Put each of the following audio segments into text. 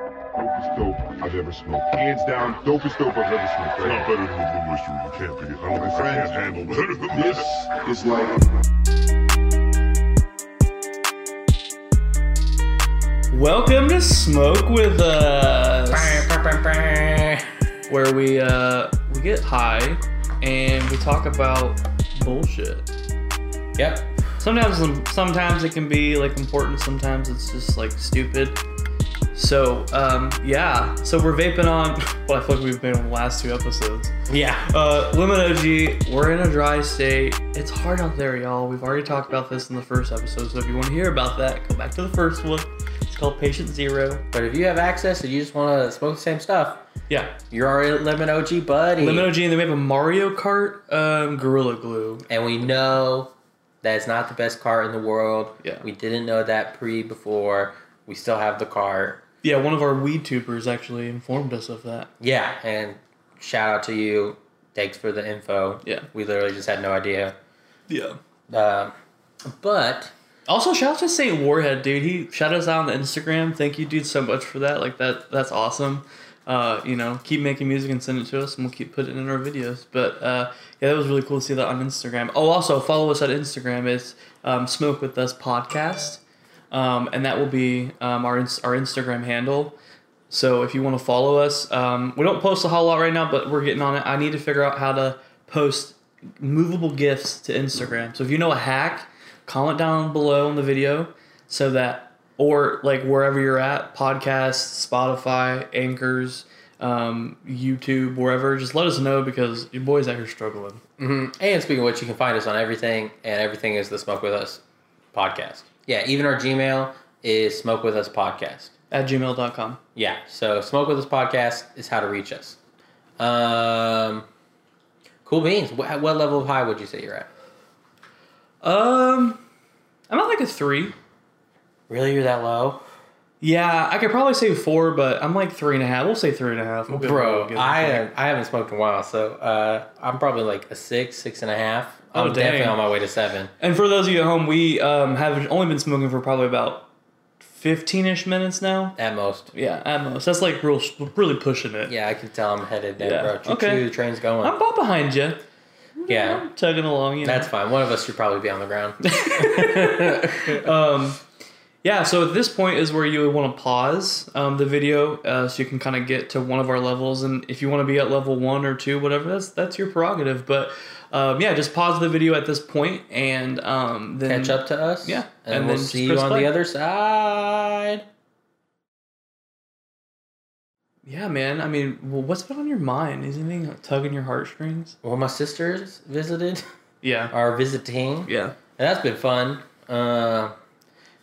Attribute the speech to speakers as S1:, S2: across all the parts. S1: dopest dope I've ever smoked. Hands down, dopest dope I've ever smoked. It's not better than Blue Oyster. You can't be. I don't think I can handle better than this. This is like.
S2: Welcome to Smoke with Us, where we uh, we get high and we talk about bullshit.
S3: Yep.
S2: Sometimes, sometimes it can be like important. Sometimes it's just like stupid. So um, yeah, so we're vaping on. Well, I feel like we've been on the last two episodes.
S3: Yeah.
S2: Uh, Lemon OG, we're in a dry state. It's hard out there, y'all. We've already talked about this in the first episode, so if you want to hear about that, go back to the first one. It's called Patient Zero.
S3: But if you have access and you just want to smoke the same stuff,
S2: Yeah.
S3: you're already Lemon OG buddy.
S2: Lemon OG, and then we have a Mario Kart um, Gorilla Glue.
S3: and we know that it's not the best car in the world.
S2: Yeah.
S3: We didn't know that pre before. We still have the car.
S2: Yeah, one of our weed tubers actually informed us of that.
S3: Yeah. And shout out to you. Thanks for the info.
S2: Yeah.
S3: We literally just had no idea.
S2: Yeah.
S3: Um, but
S2: Also, shout out to Saint Warhead, dude. He shout us out on Instagram. Thank you, dude, so much for that. Like that, that's awesome. Uh, you know, keep making music and send it to us, and we'll keep putting it in our videos. But uh, yeah, that was really cool to see that on Instagram. Oh, also follow us on Instagram. It's um, Smoke with Us Podcast, um, and that will be um, our ins- our Instagram handle. So if you want to follow us, um, we don't post a whole lot right now, but we're getting on it. I need to figure out how to post movable gifts to Instagram. So if you know a hack, comment down below on the video so that, or like wherever you're at, podcasts, Spotify, anchors, um, YouTube, wherever, just let us know because your boy's out here struggling.
S3: And speaking of which, you can find us on everything, and everything is the Smoke With Us podcast. Yeah, even our Gmail is Smoke With Us podcast.
S2: At gmail.com.
S3: Yeah, so Smoke With Us podcast is how to reach us. Um, cool beans. What, what level of high would you say you're at?
S2: Um, I'm at like a three.
S3: Really, you're that low?
S2: Yeah, I could probably say four, but I'm like three and a half. We'll say three and a half. We'll get- we'll
S3: Bro,
S2: get-
S3: I I haven't smoked in a while, so uh, I'm probably like a six, six and a half. I'm
S2: Oh, dang.
S3: definitely on my way to seven.
S2: And for those of you at home, we um, have only been smoking for probably about 15 ish minutes now.
S3: At most.
S2: Yeah, at most. That's like real, really pushing it.
S3: Yeah, I can tell I'm headed there,
S2: Yeah,
S3: bro. Choo
S2: okay.
S3: choo, the train's going.
S2: I'm about behind you.
S3: yeah.
S2: I'm tugging along. You know?
S3: That's fine. One of us should probably be on the ground.
S2: yeah, so at this point is where you would want to pause um, the video uh, so you can kind of get to one of our levels. And if you want to be at level one or two, whatever, that's that's your prerogative. But um, yeah, just pause the video at this point and um, then
S3: Catch up to us.
S2: Yeah,
S3: And,
S2: and
S3: we'll
S2: then just
S3: see you
S2: press
S3: on
S2: play.
S3: the other side.
S2: Yeah, man. I mean, well, what's been on your mind? Is anything tugging your heartstrings?
S3: Well, my sisters visited,
S2: Yeah.
S3: are visiting. And
S2: Yeah.
S3: that's been fun. Uh,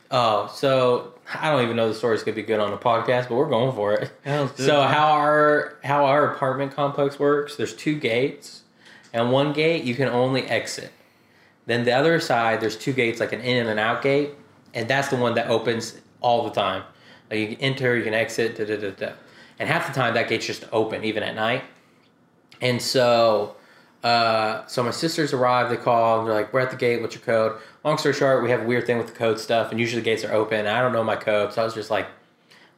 S3: oh, so I don't even know the story's going to be good on the podcast, but we're going for it.
S2: Yeah, let's do
S3: So
S2: it.
S3: how our how our apartment complex works? There's two gates, and one gate you can only exit. Then the other side, there's two gates, like an in and an out gate, and that's the one that opens all the time. Like you can enter, you can exit, da da da da. And half the time that gate's just open, even at night. And so, uh, so my sisters arrive. They call. And they're like, "We're at the gate. What's your code?" Long story short, we have a weird thing with the code stuff, and usually the gates are open. And I don't know my code, so I was just like,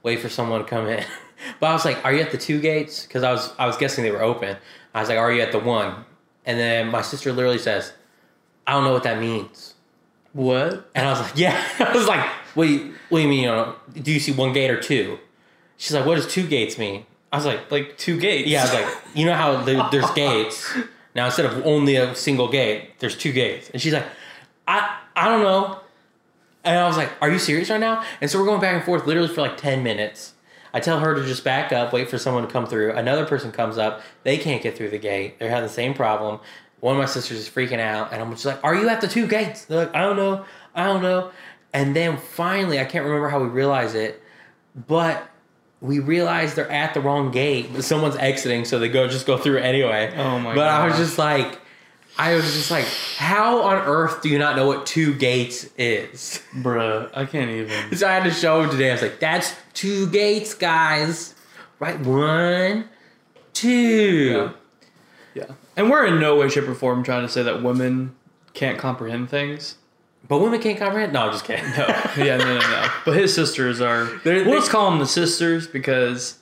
S3: "Wait for someone to come in." but I was like, "Are you at the two gates?" Because I was I was guessing they were open. I was like, "Are you at the one?" And then my sister literally says, "I don't know what that means."
S2: What?
S3: And I was like, yeah. I was like, what do you, what do you mean? You know, do you see one gate or two? She's like, what does two gates mean? I was like,
S2: Like two gates.
S3: yeah, I was like, you know how there, there's gates. Now instead of only a single gate, there's two gates. And she's like, I I don't know. And I was like, are you serious right now? And so we're going back and forth literally for like 10 minutes. I tell her to just back up, wait for someone to come through. Another person comes up, they can't get through the gate. They're having the same problem. One of my sisters is freaking out, and I'm just like, Are you at the two gates? They're like, I don't know, I don't know. And then finally, I can't remember how we realize it, but we realize they're at the wrong gate, but someone's exiting, so they go just go through anyway.
S2: Oh my
S3: But I was
S2: gosh.
S3: just like, I was just like, how on earth do you not know what two gates is?
S2: Bruh, I can't even.
S3: So I had to show him today. I was like, that's two gates, guys. Right? One, two.
S2: Yeah. And we're in no way, shape, or form trying to say that women can't comprehend things.
S3: But women can't comprehend. No, I'm just kidding.
S2: No. yeah, no, no, no. But his sisters are.
S3: They're-
S2: we'll
S3: they-
S2: just call them the sisters because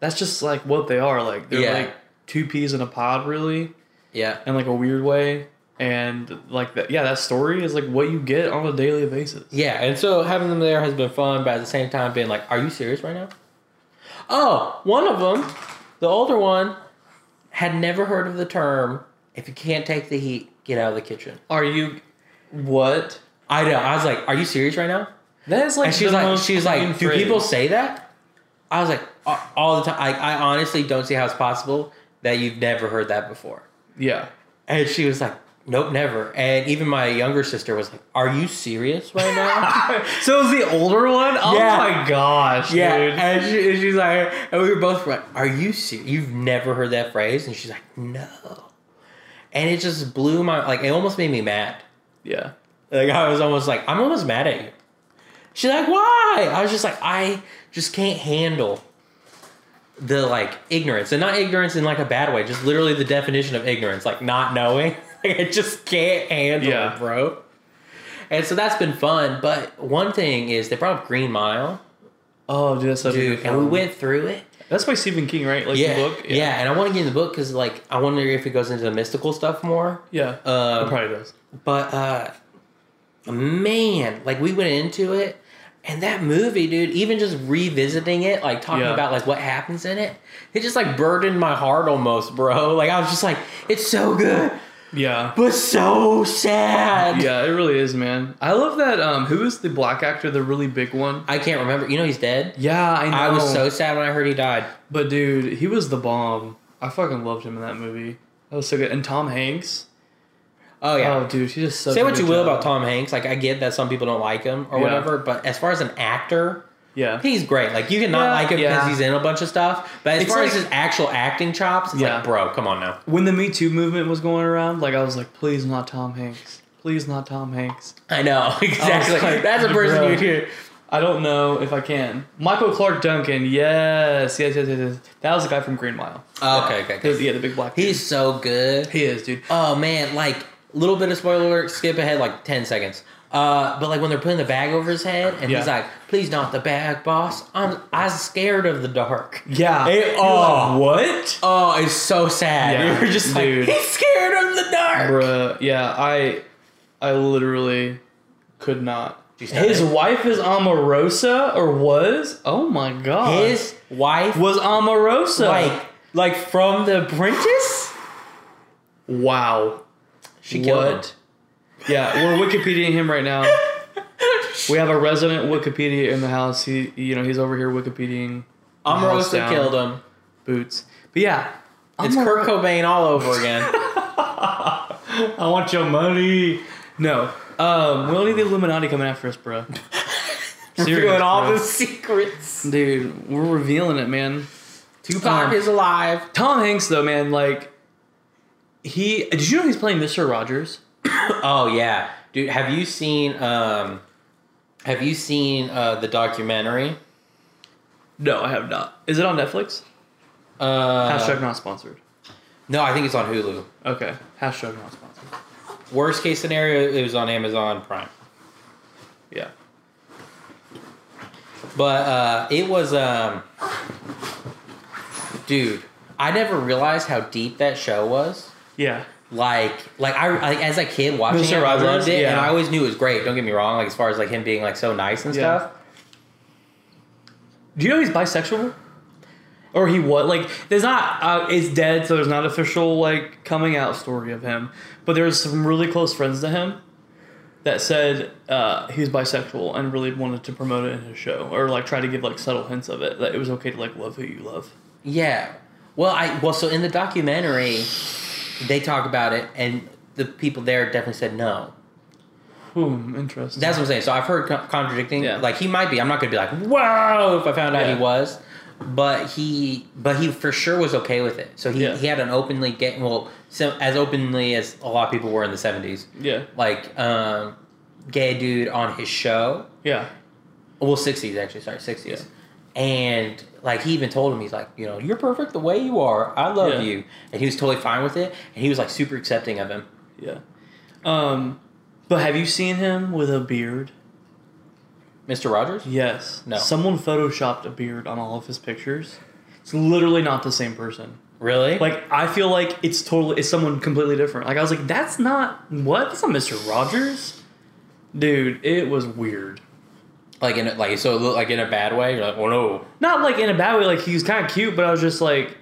S2: that's just like what they are. Like they're
S3: Yeah.
S2: like two peas in a pod, really,
S3: Yeah.
S2: in like a weird way. And like that, yeah, that story is like what you get on a daily basis.
S3: Yeah, and so having them there has been fun, but at the same time, being like, "Are you serious right now?" Oh, one of them, the older one, had never heard of the term. If you can't take the heat, get out of the kitchen.
S2: Are you what?
S3: I know. I was like, "Are you serious right now?"
S2: That is like
S3: And she's
S2: the
S3: like,
S2: most
S3: "She's like,
S2: plain
S3: do
S2: phrase.
S3: people say that?" I was like, "A- "All the time." I, I honestly don't see how it's possible that you've never heard that before.
S2: Yeah.
S3: And she was like, "Nope, never." And even my younger sister was like, "Are you serious right now?"
S2: So is the older one? Oh
S3: Yeah.
S2: my gosh,
S3: Yeah,
S2: dude.
S3: and, she, and she's like, and we were both like, "Are you serious? You've never heard that phrase?" And she's like, "No," and it just blew my like. It almost made me mad.
S2: Yeah.
S3: Like I was almost like, "I'm almost mad at you." She's like, "Why?" I was just like, "I just can't handle the like ignorance, and not ignorance in like a bad way. Just literally the definition of ignorance, like not knowing. like I just can't handle
S2: Yeah.
S3: it, bro." And so that's been fun, but one thing is they brought up Green Mile,
S2: Oh, dude, that's such a
S3: dude,
S2: good
S3: and we
S2: film.
S3: went through it.
S2: That's by Stephen King, right? Like
S3: yeah,
S2: the book.
S3: Yeah. and I want to get in the book because like I wonder if it goes into the mystical stuff more.
S2: Yeah.
S3: Um,
S2: it probably does.
S3: But uh, man, like we went into it, and that movie, dude. Even just revisiting it, like talking
S2: Yeah.
S3: about like what happens in it, it just like burdened my heart almost, bro. Like I was just like, it's so good,
S2: Yeah.
S3: but so sad.
S2: Yeah, it really is, man. I love that. Um, who is the black actor, the really big one?
S3: I can't remember. You know he's dead.
S2: Yeah, I know.
S3: I was so sad when I heard he died.
S2: But dude, he was the bomb. I fucking loved him in that movie. That was so good. And Tom Hanks.
S3: Oh yeah.
S2: Oh, dude, he just such
S3: Say
S2: a
S3: what
S2: good
S3: you will
S2: job.
S3: about Tom Hanks. Like I get that some people don't like him or
S2: Yeah.
S3: whatever, but as far as an actor,
S2: Yeah.
S3: He's great. Like you can not
S2: Yeah,
S3: like him because
S2: yeah.
S3: he's in a bunch of stuff, but as
S2: It's
S3: far as
S2: like-
S3: his actual acting chops, it's
S2: Yeah.
S3: like, bro, come on now.
S2: When the Me Too movement was going around, like I was like, please not Tom Hanks. Please not Tom Hanks.
S3: I know exactly.
S2: like,
S3: That's a person
S2: bro.
S3: you'd hear.
S2: I don't know if I can. Michael Clark Duncan. Yes, yes, yes, yes. yes. That was the guy from Green Mile.
S3: Oh, okay, okay, okay.
S2: The- yeah, the big black.
S3: He's so good.
S2: dude. he is, dude.
S3: Oh man, like little bit of spoiler alert. Skip ahead like ten seconds. Uh, but like when they're putting the bag over his head, and he's
S2: Yeah.
S3: like, "Please not the bag, boss. I'm I'm scared of the dark."
S2: Yeah.
S3: It-
S2: You're
S3: oh.
S2: like, what?
S3: Oh, it's so sad.
S2: Yeah,
S3: You're just like,
S2: dude.
S3: he's scared of the dark.
S2: Bruh, yeah, I I literally could not.
S3: Did you stop
S2: His
S3: it?
S2: wife is Amorosa or was? Oh my god.
S3: His wife
S2: was Amorosa.
S3: like like from The Apprentice.
S2: wow.
S3: She
S2: What? Yeah, we're Wikipediaing him right now. We have a resident Wikipedia in the house. He you know, he's over here Wikipediaing House
S3: Omarosa
S2: down.
S3: killed him.
S2: boots. But yeah.
S3: It's
S2: Amor-
S3: Kurt Cobain all over again.
S2: I want your money. No. Um, we don't need the Illuminati coming after us, bro.
S3: Revealing all
S2: bro.
S3: the secrets.
S2: Dude, we're revealing it, man.
S3: Tupac
S2: Um,
S3: is alive.
S2: Tom Hanks, though, man, like he. Did you know he's playing Mister Rogers?
S3: Oh yeah, dude. Have you seen um, have you seen uh, the documentary?
S2: No, I have not. Uh-huh. Is it on Netflix?
S3: Uh,
S2: Hashtag not sponsored.
S3: No, I think it's on Hulu.
S2: Okay. Hashtag not sponsored.
S3: Worst case scenario, it was on Amazon Prime.
S2: Yeah.
S3: But uh, it was, um, dude. I never realized how deep that show was.
S2: Yeah.
S3: like like I like as a kid watching
S2: Mr.
S3: it, I loved
S2: Rogers,
S3: it, and
S2: yeah.
S3: I always knew it was great. Don't get me wrong, like as far as like him being like so nice and
S2: Yeah.
S3: stuff.
S2: Do you know he's bisexual? Or he was like there's not uh, it's dead, so there's not official like coming out story of him. But there's some really close friends to him that said uh, he was bisexual and really wanted to promote it in his show or like try to give like subtle hints of it that it was okay to like love who you love.
S3: Yeah. Well, I well so in the documentary, they talk about it, and the people there definitely said no.
S2: Hmm, interesting.
S3: That's what I'm saying. So I've heard con- contradicting.
S2: Yeah.
S3: Like he might be. I'm not gonna be like, whoa, if I found out
S2: Yeah.
S3: he was. But he, but he for sure was okay with it. So he,
S2: Yeah.
S3: he had an openly gay, well, so as openly as a lot of people were in the '70s,
S2: yeah,
S3: like um, gay dude on his show.
S2: yeah,
S3: well 60s actually sorry 60s and like he even told him he's like you know you're perfect the way you are i love
S2: Yeah.
S3: you and he was totally fine with it and he was like super accepting of him
S2: yeah. Um, but have you seen him with a beard?
S3: mr rogers
S2: Yes.
S3: No.
S2: Someone photoshopped a beard on all of his pictures. It's literally not the same person.
S3: Really?
S2: Like I feel like it's totally it's someone completely different. Like I was like, that's not what? That's not Mr. Rogers. Dude, it was weird.
S3: like in a, like so it looked like in a bad way. You're like, oh no.
S2: Not like in a bad way, like he was kinda cute, but I was just like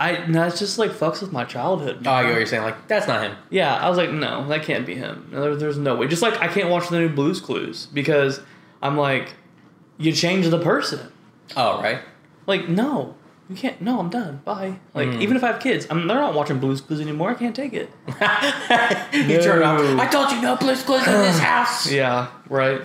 S2: I that's just like fucks with my childhood.
S3: Oh, I get what you're saying. Like that's not him.
S2: Yeah, I was like, no, that can't be him. No, There, there's no way. Just like I can't watch the new Blues Clues because I'm like, you change the person.
S3: Oh right.
S2: Like, no, you can't. No, I'm done. Bye. Like, even if I have kids, I'm they're not watching Blues Clues anymore. I can't take it.
S3: you turned off.
S2: No.
S3: I told you no Blue's Clues in this house.
S2: Yeah, right.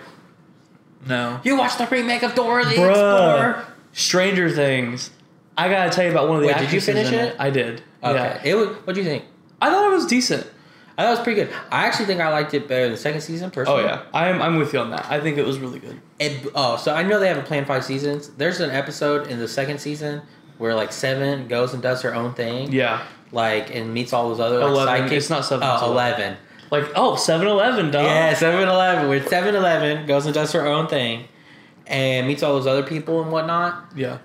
S2: No,
S3: You watched the remake of Dora the
S2: bruh.
S3: Explorer.
S2: Stranger Things. I gotta tell you about one of the.
S3: Wait, did you
S2: actresses
S3: finish
S2: in
S3: it?
S2: I did.
S3: Okay.
S2: Yeah,
S3: It was. What do you think?
S2: I thought it was decent.
S3: I thought it was pretty good. I actually think I liked it better than the second season.
S2: Oh
S3: Personally.
S2: yeah, I'm I'm with you on that. I think it was really good.
S3: It, oh, so I know they have a plan five seasons. There's an episode in the second season where like Seven goes and does her own thing.
S2: Yeah,
S3: Like and meets all those other like,
S2: 11.
S3: sidekicks.
S2: It's not Seven,
S3: Oh,
S2: it's Oh. 11.
S3: Eleven.
S2: like oh 7-Eleven, dog.
S3: Yeah, 7 Eleven. Where 7 Eleven goes and does her own thing and meets all those other people and whatnot.
S2: yeah.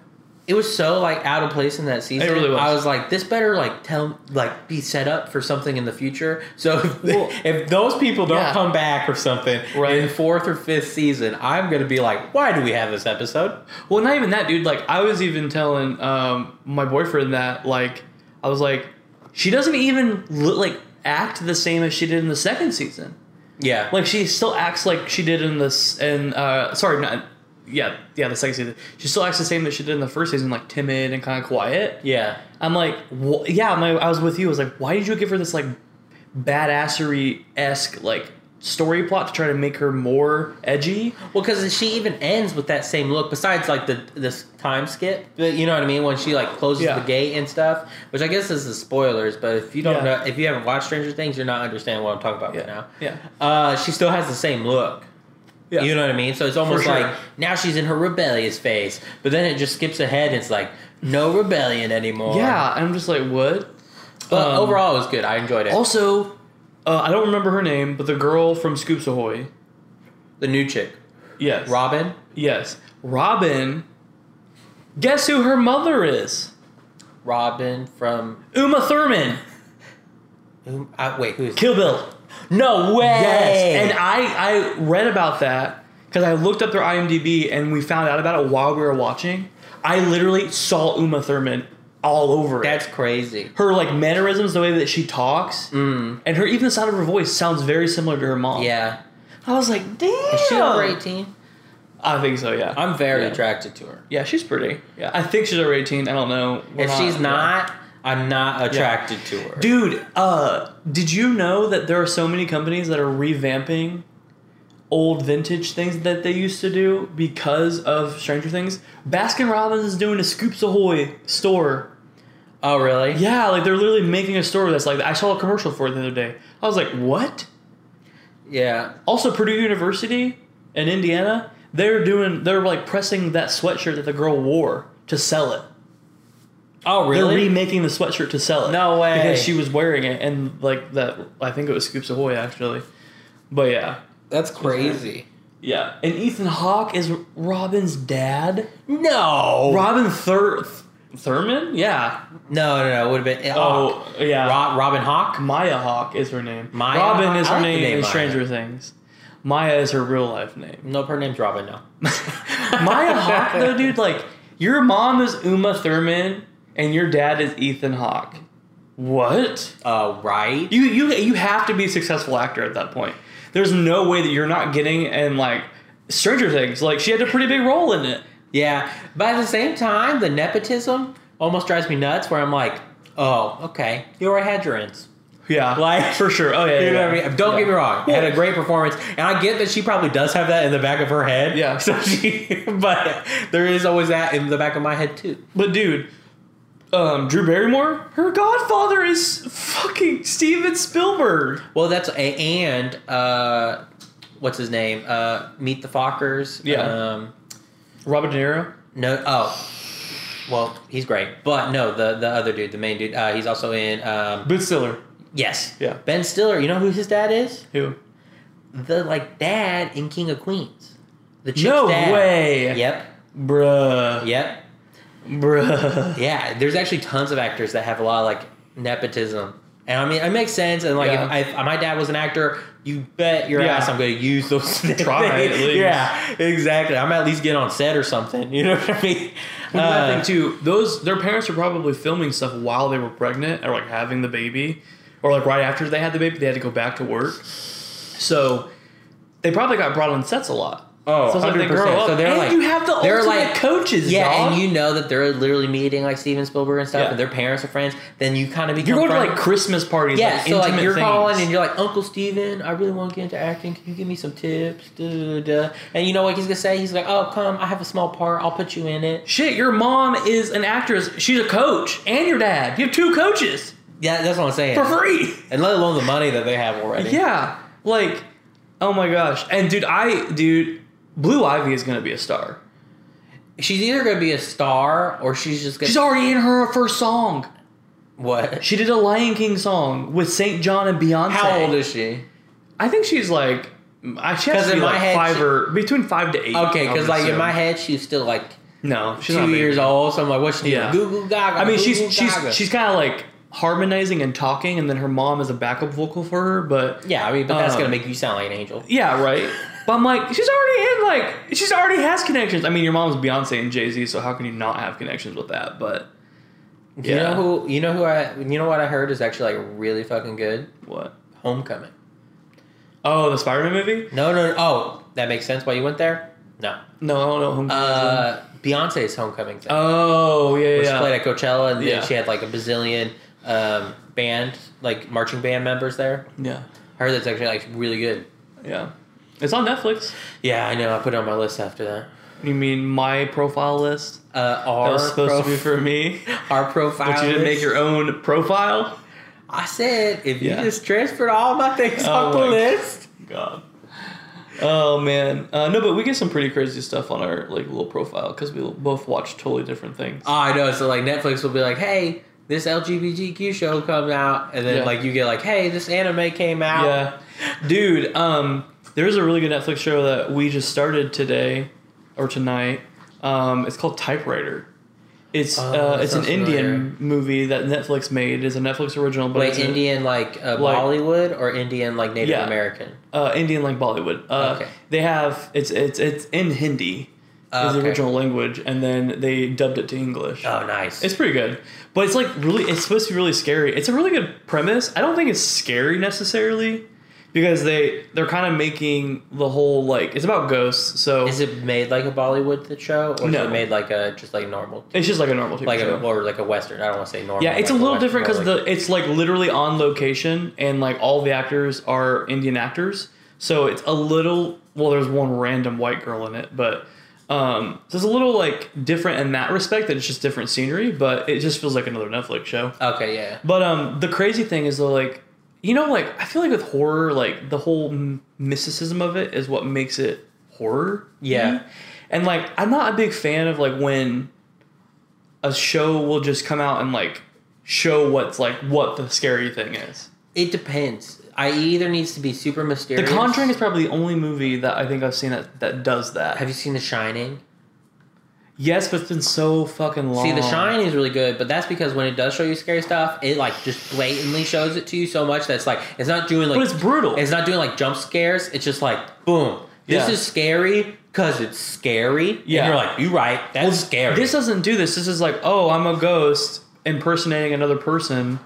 S3: It was so like out of place in that season.
S2: It really was.
S3: I was like, this better like tell like be set up for something in the future. So if,
S2: Well-
S3: if those people don't
S2: Yeah.
S3: come back or something
S2: Right.
S3: in fourth or fifth season, I'm gonna be like, why do we have this episode?
S2: Well, not even that, dude. Like, I was even telling um, my boyfriend that, like, I was like, she doesn't even look, like act the same as she did in the second season.
S3: Yeah,
S2: Like, she still acts like she did in this, and uh, sorry, not yeah, yeah, the second season. She still acts the same that she did in the first season, like timid and kind of quiet.
S3: yeah.
S2: I'm like, wh- yeah, my, I was with you. I was like, why did you give her this like badassery esque like story plot to try to make her more edgy?
S3: Well, because she even ends with that same look. Besides, like the this time skip, but you know what I mean when she like closes
S2: Yeah.
S3: the gate and stuff, which I guess is the spoilers. But if you
S2: Yeah.
S3: don't know, if you haven't watched Stranger Things, you're not understanding what I'm talking about right now.
S2: yeah,
S3: Uh, she still has the same look.
S2: yeah.
S3: You know what I mean? So it's almost
S2: sure.
S3: like now she's in her rebellious phase, but then it just skips ahead. and It's like no rebellion anymore.
S2: yeah. I'm just like, what?
S3: but
S2: um,
S3: overall, it was good. I enjoyed it.
S2: Also, uh, I don't remember her name, but the girl from Scoops Ahoy.
S3: the new chick,
S2: Yes.
S3: Robin.
S2: Yes. Robin. Guess who her mother is?
S3: Robin from
S2: Uma Thurman.
S3: who? I, wait, who is?
S2: Kill Bill.
S3: no way.
S2: Yes. And I, I read about that because I looked up their IMDb and we found out about it while we were watching. I literally saw Uma Thurman all over it.
S3: that's crazy.
S2: her like mannerisms, the way that she talks, and her even the sound of her voice sounds very similar to her mom.
S3: Mm. Yeah.
S2: I was like, damn.
S3: Is she over 18?
S2: I think so. Yeah.
S3: I'm very
S2: Yeah.
S3: attracted to her.
S2: Yeah, she's pretty. Yeah, I think she's over eighteen. I don't know. We're
S3: If she's not, I'm not attracted to her.
S2: dude. Uh, did you know that there are so many companies that are revamping old vintage things that they used to do because of Stranger Things? Baskin Robbins is doing a Scoops Ahoy store.
S3: oh, really?
S2: Yeah, like they're literally making a store that's like that. I saw a commercial for it the other day. I was like, what?
S3: Yeah.
S2: Also, Purdue University in Indiana, they're doing they're like pressing that sweatshirt that the girl wore to sell it.
S3: Oh,
S2: They're
S3: really?
S2: remaking the sweatshirt to sell it.
S3: No way.
S2: Because she was wearing it, and like that, I think it was Scoops Ahoy actually. But yeah,
S3: That's crazy.
S2: yeah. And Ethan Hawke is Robin's dad.
S3: No.
S2: Robin Thur Thurman, yeah.
S3: no, no, no. It would have been. Oh,
S2: Oh, yeah.
S3: Ro- Robin Hawk?
S2: Maya Hawke is her name.
S3: Maya
S2: Robin
S3: Hawke?
S2: is
S3: I
S2: her
S3: like the
S2: name,
S3: name
S2: in
S3: Maya.
S2: Stranger Things. Maya is her real life name.
S3: Nope, her name's Robin now.
S2: Maya Hawke, though, dude, like your mom is Uma Thurman and your dad is Ethan Hawke. What?
S3: Uh, right?
S2: You you you have to be a successful actor at that point. There's no way that you're not getting and like Stranger Things. Like she had a pretty big role in it.
S3: yeah. But at the same time, the nepotism almost drives me nuts where I'm like, oh, okay. You already had your ends.
S2: Yeah,
S3: Like-
S2: for sure. Oh yeah,
S3: You
S2: yeah,
S3: know
S2: yeah.
S3: what I mean? Don't
S2: Yeah.
S3: get me wrong.
S2: Yeah.
S3: Had a great performance, and I get that she probably does have that in the back of her head.
S2: Yeah.
S3: So she, but there is always that in the back of my head too.
S2: But dude, um, Drew Barrymore, her godfather is fucking Steven Spielberg.
S3: Well, that's a, and uh, what's his name? Uh, Meet the Fockers.
S2: Yeah.
S3: Um,
S2: Robert De Niro.
S3: no. Oh. Well, he's great, but no, the the other dude, the main dude, uh, he's also in. Um,
S2: Ben Stiller.
S3: yes.
S2: Yeah.
S3: Ben Stiller. You know who his dad is?
S2: Who?
S3: The like dad in King of Queens. The chick's
S2: No
S3: dad.
S2: way.
S3: Yep.
S2: Bruh.
S3: Yep.
S2: Bruh.
S3: Yeah, there's actually tons of actors that have a lot of like nepotism. And I mean, it makes sense. And like,
S2: Yeah.
S3: if, I, if my dad was an actor, you bet your
S2: Yeah.
S3: ass I'm going to use those.
S2: Try, at least.
S3: Yeah, exactly. I'm at least getting on set or something. You know what I mean?
S2: Well,
S3: Uh,
S2: that thing too. Those their parents were probably filming stuff while they were pregnant or like having the baby, or like right after they had the baby, they had to go back to work. So they probably got brought on sets a lot.
S3: Oh,
S2: so it's like they
S3: 100%.
S2: grow up.
S3: So they're
S2: and
S3: like-
S2: you have the
S3: they're
S2: ultimate
S3: like-
S2: coaches.
S3: yeah,
S2: dog.
S3: and you know that they're literally meeting like Steven Spielberg and stuff,
S2: Yeah.
S3: and their parents are friends. Then you kind of become
S2: you're going to
S3: friends.
S2: like Christmas parties.
S3: yeah,
S2: like,
S3: so like
S2: intimate
S3: you're
S2: things.
S3: calling and you're like Uncle Steven, I really want to get into acting. Can you give me some tips? Duh, duh, duh, duh." And you know what he's gonna say? He's like, "Oh, come, I have a small part. I'll put you in it."
S2: Shit, your mom is an actress. She's a coach, and your dad. You have two coaches
S3: Yeah, that's what I'm saying.
S2: for free.
S3: and let alone the money that they have already.
S2: Yeah, like, oh my gosh. And dude, I dude, Blue Ivy is gonna be a star.
S3: she's either gonna be a star or she's just gonna
S2: She's already in her first song.
S3: what?
S2: She did a Lion King song with Saint John and Beyonce.
S3: How old is she?
S2: I think she's like, mm, I she has
S3: Because
S2: to
S3: in
S2: be
S3: my
S2: like
S3: head,
S2: five
S3: she-
S2: or between five to eight.
S3: Okay,
S2: I would
S3: because like in
S2: assume.
S3: my head, she's still like
S2: no, she's not a
S3: two
S2: baby.
S3: years old. So I'm like, what's she?
S2: Yeah.
S3: Yeah. Goo goo gaga.
S2: I mean,
S3: goo
S2: she's
S3: goo
S2: she's
S3: gaga.
S2: she's kind of like harmonizing and talking, and then her mom is a backup vocal for her. But
S3: yeah. I mean, but that's
S2: Um,
S3: gonna make you sound like an angel.
S2: Yeah, right. But I'm like, she's already in like she's already has connections. I mean, your mom's Beyonce and Jay Z, so how can you not have connections with that? But
S3: You
S2: yeah.
S3: know who? You know who? I you know what I heard is actually like really fucking good.
S2: what?
S3: Homecoming.
S2: Oh, the Spider-Man movie?
S3: No, no. no. Oh, that makes sense. Why you went there? No.
S2: No, I don't know. Homecoming.
S3: Uh, Beyonce's homecoming thing.
S2: oh yeah,
S3: which
S2: yeah.
S3: played at Coachella, and then
S2: Yeah.
S3: she had like a bazillion um, band, like marching band members there.
S2: yeah,
S3: I heard that's actually like really good.
S2: yeah. It's on Netflix.
S3: Yeah, I know. I put it on my list after that.
S2: You mean my profile list?
S3: Uh,
S2: That
S3: our
S2: was supposed to be
S3: prof-
S2: for me,
S3: our profile.
S2: but you didn't make
S3: list.
S2: your own profile.
S3: I said if
S2: Yeah.
S3: you just transferred all my things
S2: Oh
S3: off the
S2: my-
S3: list.
S2: God. Oh man, uh, no, but we get some pretty crazy stuff on our like little profile because we both watch totally different things.
S3: Oh, I know. So like Netflix will be like, hey. This LGBTQ show comes out, and then
S2: Yeah.
S3: like you get like, hey, this anime came out.
S2: Yeah, dude. Um, there's a really good Netflix show that we just started today or tonight. Um, it's called Typewriter. It's
S3: Oh,
S2: uh,
S3: that
S2: it's an
S3: sounds familiar.
S2: Indian movie that Netflix made. It's a Netflix original, but
S3: Wait,
S2: it's a-
S3: Indian like, uh,
S2: Like-
S3: Bollywood or Indian like Native
S2: Yeah.
S3: American?
S2: uh, Indian like Bollywood. Uh,
S3: Oh, Okay.
S2: They have it's it's it's in Hindi,
S3: Oh,
S2: is the
S3: okay.
S2: original language, and then they dubbed it to English.
S3: Oh, nice.
S2: It's pretty good, but it's like really. It's supposed to be really scary. It's a really good premise. I don't think it's scary necessarily, because they they're kind of making the whole like it's about ghosts. So
S3: Is it made like a Bollywood th- show, or
S2: No.
S3: is it made like a just like normal,
S2: it's just like a normal TV
S3: like
S2: show.
S3: a, or like a Western? I don't want to say normal.
S2: yeah, it's a
S3: like
S2: little
S3: Western,
S2: different
S3: more
S2: because
S3: like-
S2: the it's like literally on location and like all the actors are Indian actors. So it's a little well, there's one random white girl in it, but um, so it's a little like different in that respect that it's just different scenery, but it just feels like another Netflix show.
S3: okay, yeah,
S2: But um, the crazy thing is though, like you know, like I feel like with horror, like the whole m- mysticism of it is what makes it horror. to
S3: Yeah.
S2: me. and like I'm not a big fan of like when a show will just come out and like show what's like what the scary thing is.
S3: it depends. I either needs to be super
S2: The
S3: mysterious.
S2: Conjuring is probably the only movie that I think I've seen that that does that.
S3: Have you seen The Shining?
S2: yes, but it's been so fucking long.
S3: See, The Shining is really good, but that's because when it does show you scary stuff, it like just blatantly shows it to you so much that's like it's not doing like
S2: but it's brutal.
S3: It's not doing like jump scares. It's just like boom. This
S2: Yeah.
S3: is scary because it's scary.
S2: Yeah.
S3: and you're like, you right. That's scary.
S2: This doesn't do this. This is like, oh, I'm a ghost impersonating another person.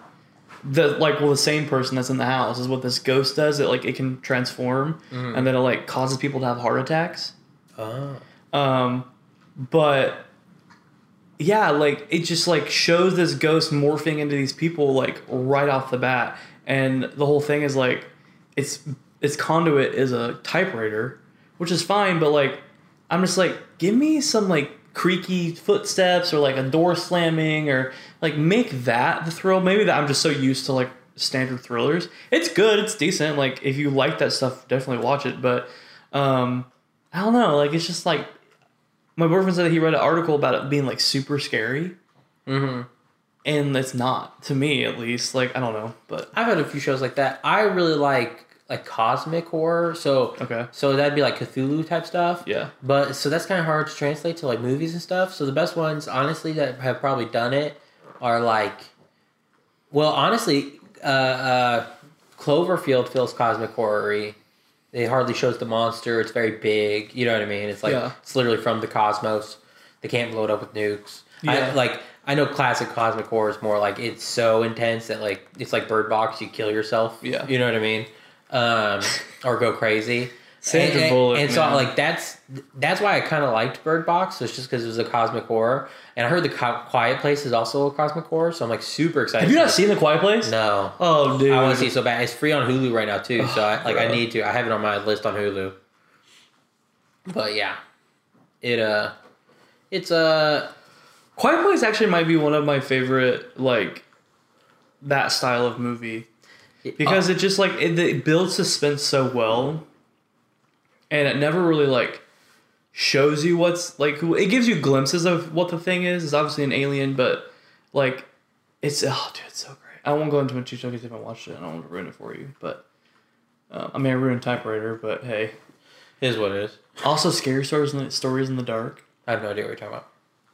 S2: The like, well, the same person that's in the house is what this ghost does. It like it can transform, and then it like causes people to have heart attacks.
S3: oh.
S2: Um, but yeah, like it just like shows this ghost morphing into these people like right off the bat, and the whole thing is like, its its conduit is a typewriter, which is fine, but like I'm just like, give me some like creaky footsteps or like a door slamming or like make that the thrill. Maybe that I'm just so used to like standard thrillers. It's good, it's decent. Like if you like that stuff, definitely watch it. But um I don't know, like it's just like my boyfriend said that he read an article about it being like super scary.
S3: Mm-hmm.
S2: And it's not, to me at least. Like, I don't know, but
S3: I've had a few shows like that. I really like like cosmic horror. So
S2: Okay.
S3: so that'd be like Cthulhu type stuff.
S2: Yeah.
S3: But so that's kind of hard to translate to like movies and stuff. So the best ones, honestly, that have probably done it are like, well, honestly, uh, uh, Cloverfield feels cosmic horror. It hardly shows the monster. It's very big. You know what I mean? It's like
S2: Yeah.
S3: it's literally from the cosmos. They can't blow it up with nukes.
S2: Yeah.
S3: I, like I know classic cosmic horror is more like it's so intense that like it's like Bird Box. You kill yourself.
S2: Yeah.
S3: You know what I mean? Um, or go crazy.
S2: Sandra
S3: and, and-
S2: Bullock,
S3: And so
S2: man.
S3: like that's that's why I kind of liked Bird Box. It's just because it was a cosmic horror, and I heard the Co- Quiet Place is also a cosmic horror. So I'm like super excited.
S2: Have you
S3: for
S2: not
S3: this.
S2: seen The Quiet Place?
S3: No.
S2: Oh, dude.
S3: I want to see it so bad. It's free on Hulu right now too, so I, like I
S2: bro.
S3: need to. I have it on my list on Hulu. But yeah, it uh, it's uh,
S2: Quiet Place actually might be one of my favorite like that style of movie because it just like it, it builds suspense so well, and it never really like shows you what's like. It gives you glimpses of what the thing is. It's obviously an alien, but like it's oh dude, it's so great. I won't go into much detail because you haven't watched it. and I don't want to ruin it for you, but uh, I mean, I ruined Typewriter, but hey.
S3: oh, it is what it is.
S2: Also, scary stories in the stories in the dark.
S3: I have no idea what you're talking about.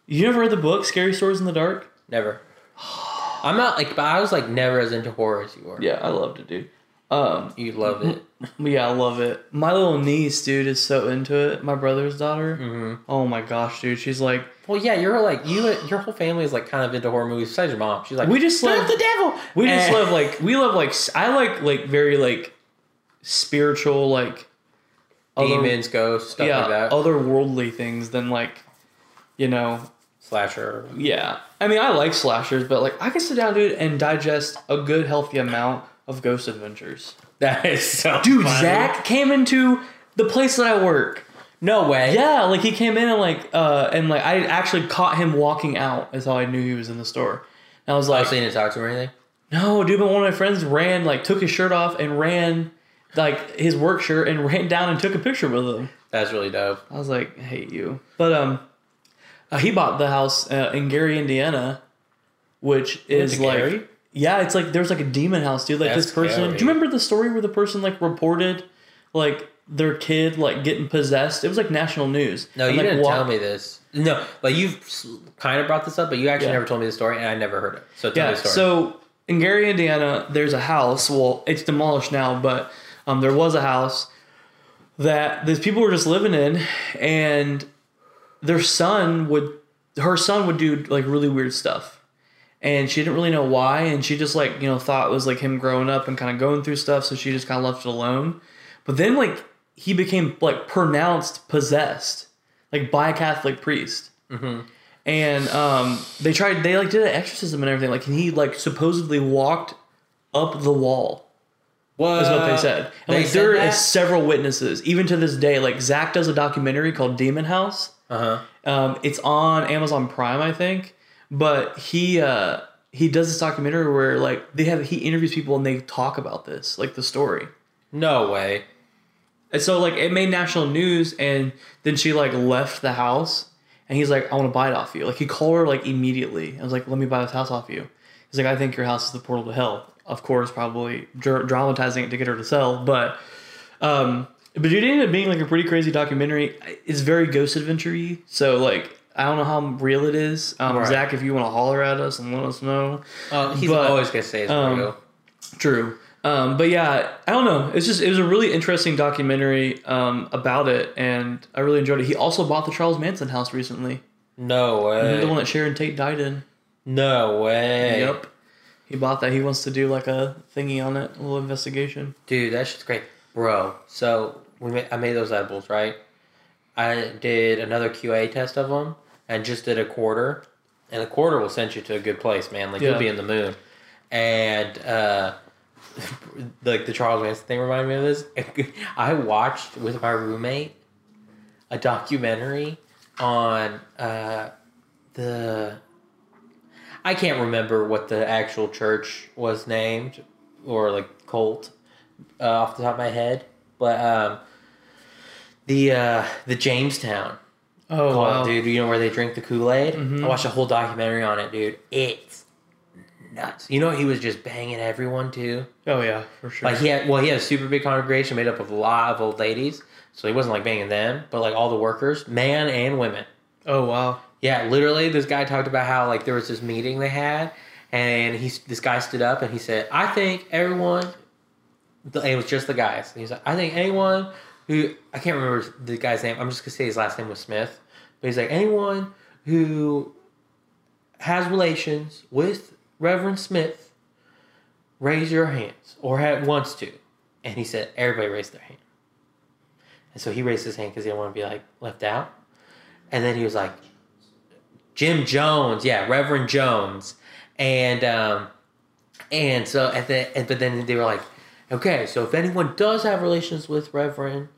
S2: You never read the book "Scary Stories in the Dark"?
S3: Never. I'm not like, but I was like never as into horror as you were.
S2: Yeah, I loved it, dude. Um,
S3: You love it.
S2: But Yeah, I love it. My little niece, dude, is so into it. My brother's daughter. Oh my gosh, dude, she's like,
S3: Well, yeah, you're like you. Your whole family is like kind of into horror movies. Besides your mom, she's like
S2: We just
S3: "Serve
S2: love-
S3: the devil.
S2: we just
S3: And-
S2: love like we love like s- I like like very like spiritual like other-
S3: demons, ghosts, stuff
S2: yeah,
S3: like that.
S2: otherworldly things than like you know
S3: Slasher.
S2: yeah. I mean, I like slashers, but like I can sit down, dude, and digest a good healthy amount of ghost adventures.
S3: That is so.
S2: Dude,
S3: funny.
S2: Zach came into the place that I work.
S3: No way.
S2: Yeah, like he came in and like uh and like I actually caught him walking out is how I knew he was in the store. And I was like,
S3: Honestly, you didn't talk to him or anything.
S2: No, dude, but one of my friends ran, like took his shirt off and ran like his work shirt and ran down and took a picture with him.
S3: That's really dope.
S2: I was like, I hate you. But um uh, he bought the house uh, in Gary, Indiana, which is
S3: to
S2: like
S3: Gary?
S2: Yeah, it's like there's like a demon house, dude. Like
S3: That's
S2: this person
S3: scary.
S2: Do you remember the story where the person like reported like their kid like getting possessed? It was like national news.
S3: No,
S2: And,
S3: you
S2: like,
S3: didn't
S2: walk-
S3: tell me this. No, like you've s- kind of brought this up, but you actually
S2: Yeah.
S3: never told me the story, and I never heard it. So tell
S2: Yeah.
S3: me the story.
S2: So in Gary, Indiana, there's a house. Well, it's demolished now, but um, there was a house that these people were just living in, and their son would, her son would do like really weird stuff, and she didn't really know why, and she just like you know thought it was like him growing up and kind of going through stuff, so she just kind of left it alone. But then like he became like pronounced possessed, like by a Catholic priest and um, they tried they like did an exorcism and everything like and he like supposedly walked up the wall
S3: what
S2: is what they said and
S3: Uh, they
S2: like
S3: said
S2: there is
S3: that?
S2: several witnesses even to this day like zach does a documentary called demon house
S3: Uh huh.
S2: um, it's on amazon prime i think but he uh he does this documentary where like they have he interviews people and they talk about this like the story
S3: No way.
S2: and so like it made national news and then she like left the house and he's like, I want to buy it off you. Like he called her like immediately. I was like, let me buy this house off you. He's like, I think your house is the portal to hell. Of course, probably dra- dramatizing it to get her to sell, but um but it ended up being like a pretty crazy documentary. It's very ghost adventure so like I don't know how real it is. Um,
S3: Right.
S2: Zach, if you want to holler at us and let us know,
S3: Oh, he's
S2: But,
S3: always gonna say it's
S2: um,
S3: real.
S2: True. Um, but yeah, I don't know. It's just it was a really interesting documentary um, about it, and I really enjoyed it. He also bought the Charles Manson house recently,
S3: No way.
S2: the one that Sharon Tate died in.
S3: No way.
S2: Yep, he bought that. He wants to do like a thingy on it, a little investigation.
S3: Dude, that shit's great, bro. So we made, I made those edibles, right? I did another QA test of them, and just did a quarter, and a quarter will send you to a good place, man. Like
S2: Yeah.
S3: you'll be in the moon, and uh, like the Charles Manson thing reminded me of this. I watched with my roommate a documentary on uh, the. I can't remember what the actual church was named or like cult uh, off the top of my head, but um, the uh, the Jamestown
S2: Oh
S3: cult,
S2: wow,
S3: dude. You know where they drink the Kool Aid? I watched a whole documentary on it, dude. It's nuts. You know, he was just banging everyone too.
S2: Oh yeah, for sure.
S3: Like he had, well, he had a super big congregation made up of a lot of old ladies, so he wasn't like banging them, but like all the workers, man and women.
S2: oh wow.
S3: Yeah, literally, this guy talked about how like there was this meeting they had, and he this guy stood up and he said, "I think everyone," and it was just the guys. And he's like, "I think anyone who I can't remember the guy's name. I'm just gonna say his last name was Smith, but he's like anyone who has relations with Reverend Smith, raise your hands or ha wants to." And he said, "Everybody raised their hand." And so he raised his hand because he didn't want to be like left out. And then he was like, Jim Jones, yeah, Reverend Jones, and um, and so at the and but then they were like, okay, so if anyone does have relations with Reverend,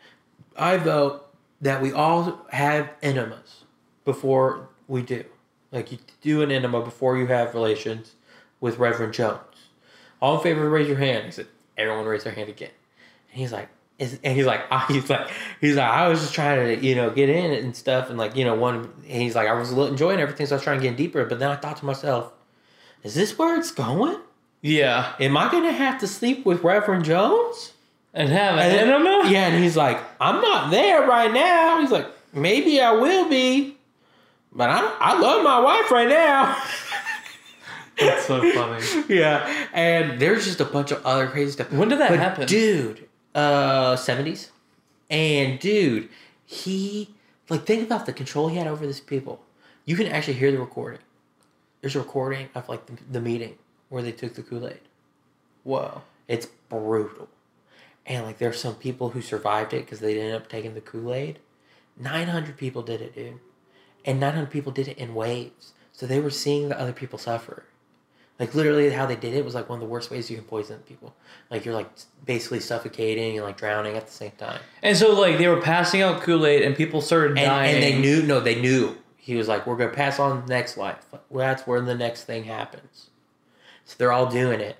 S3: I vote that we all have enemas before we do, like you do an enema before you have relations with Reverend Jones. All in favor, raise your hand. He said, everyone raise their hand again, and he's like. is- And he's like, I, he's like, he's like, I was just trying to, you know, get in and stuff, and like, you know, one, and he's like, I was li- enjoying everything, so I was trying to get deeper, but then I thought to myself, is this where it's going?
S2: Yeah,
S3: Am I gonna have to sleep with Reverend Jones?
S2: and have an
S3: And then-
S2: enema.
S3: Yeah, and he's like, I'm not there right now. He's like, maybe I will be, but I I love my wife right now.
S2: That's so funny.
S3: yeah, and there's just a bunch of other crazy stuff.
S2: When did that
S3: But
S2: happen?
S3: dude? Uh, seventies, and dude, he like think about the control he had over these people. You can actually hear the recording. There's a recording of like the, the meeting where they took the Kool Aid.
S2: Whoa.
S3: It's brutal. And like there's some people who survived it because they ended up taking the Kool Aid. 900 people did it, dude. And 900 people did it in waves. So they were seeing the other people suffer. Like literally how they did it was like one of the worst ways you can poison people. Like you're like basically suffocating and like drowning at the same time.
S2: And so like they were passing out Kool Aid, and people started
S3: And,
S2: dying.
S3: and they knew, no, they knew. He was like, we're going to pass on to the next life. Like, well, that's where the next thing happens. So they're all doing it.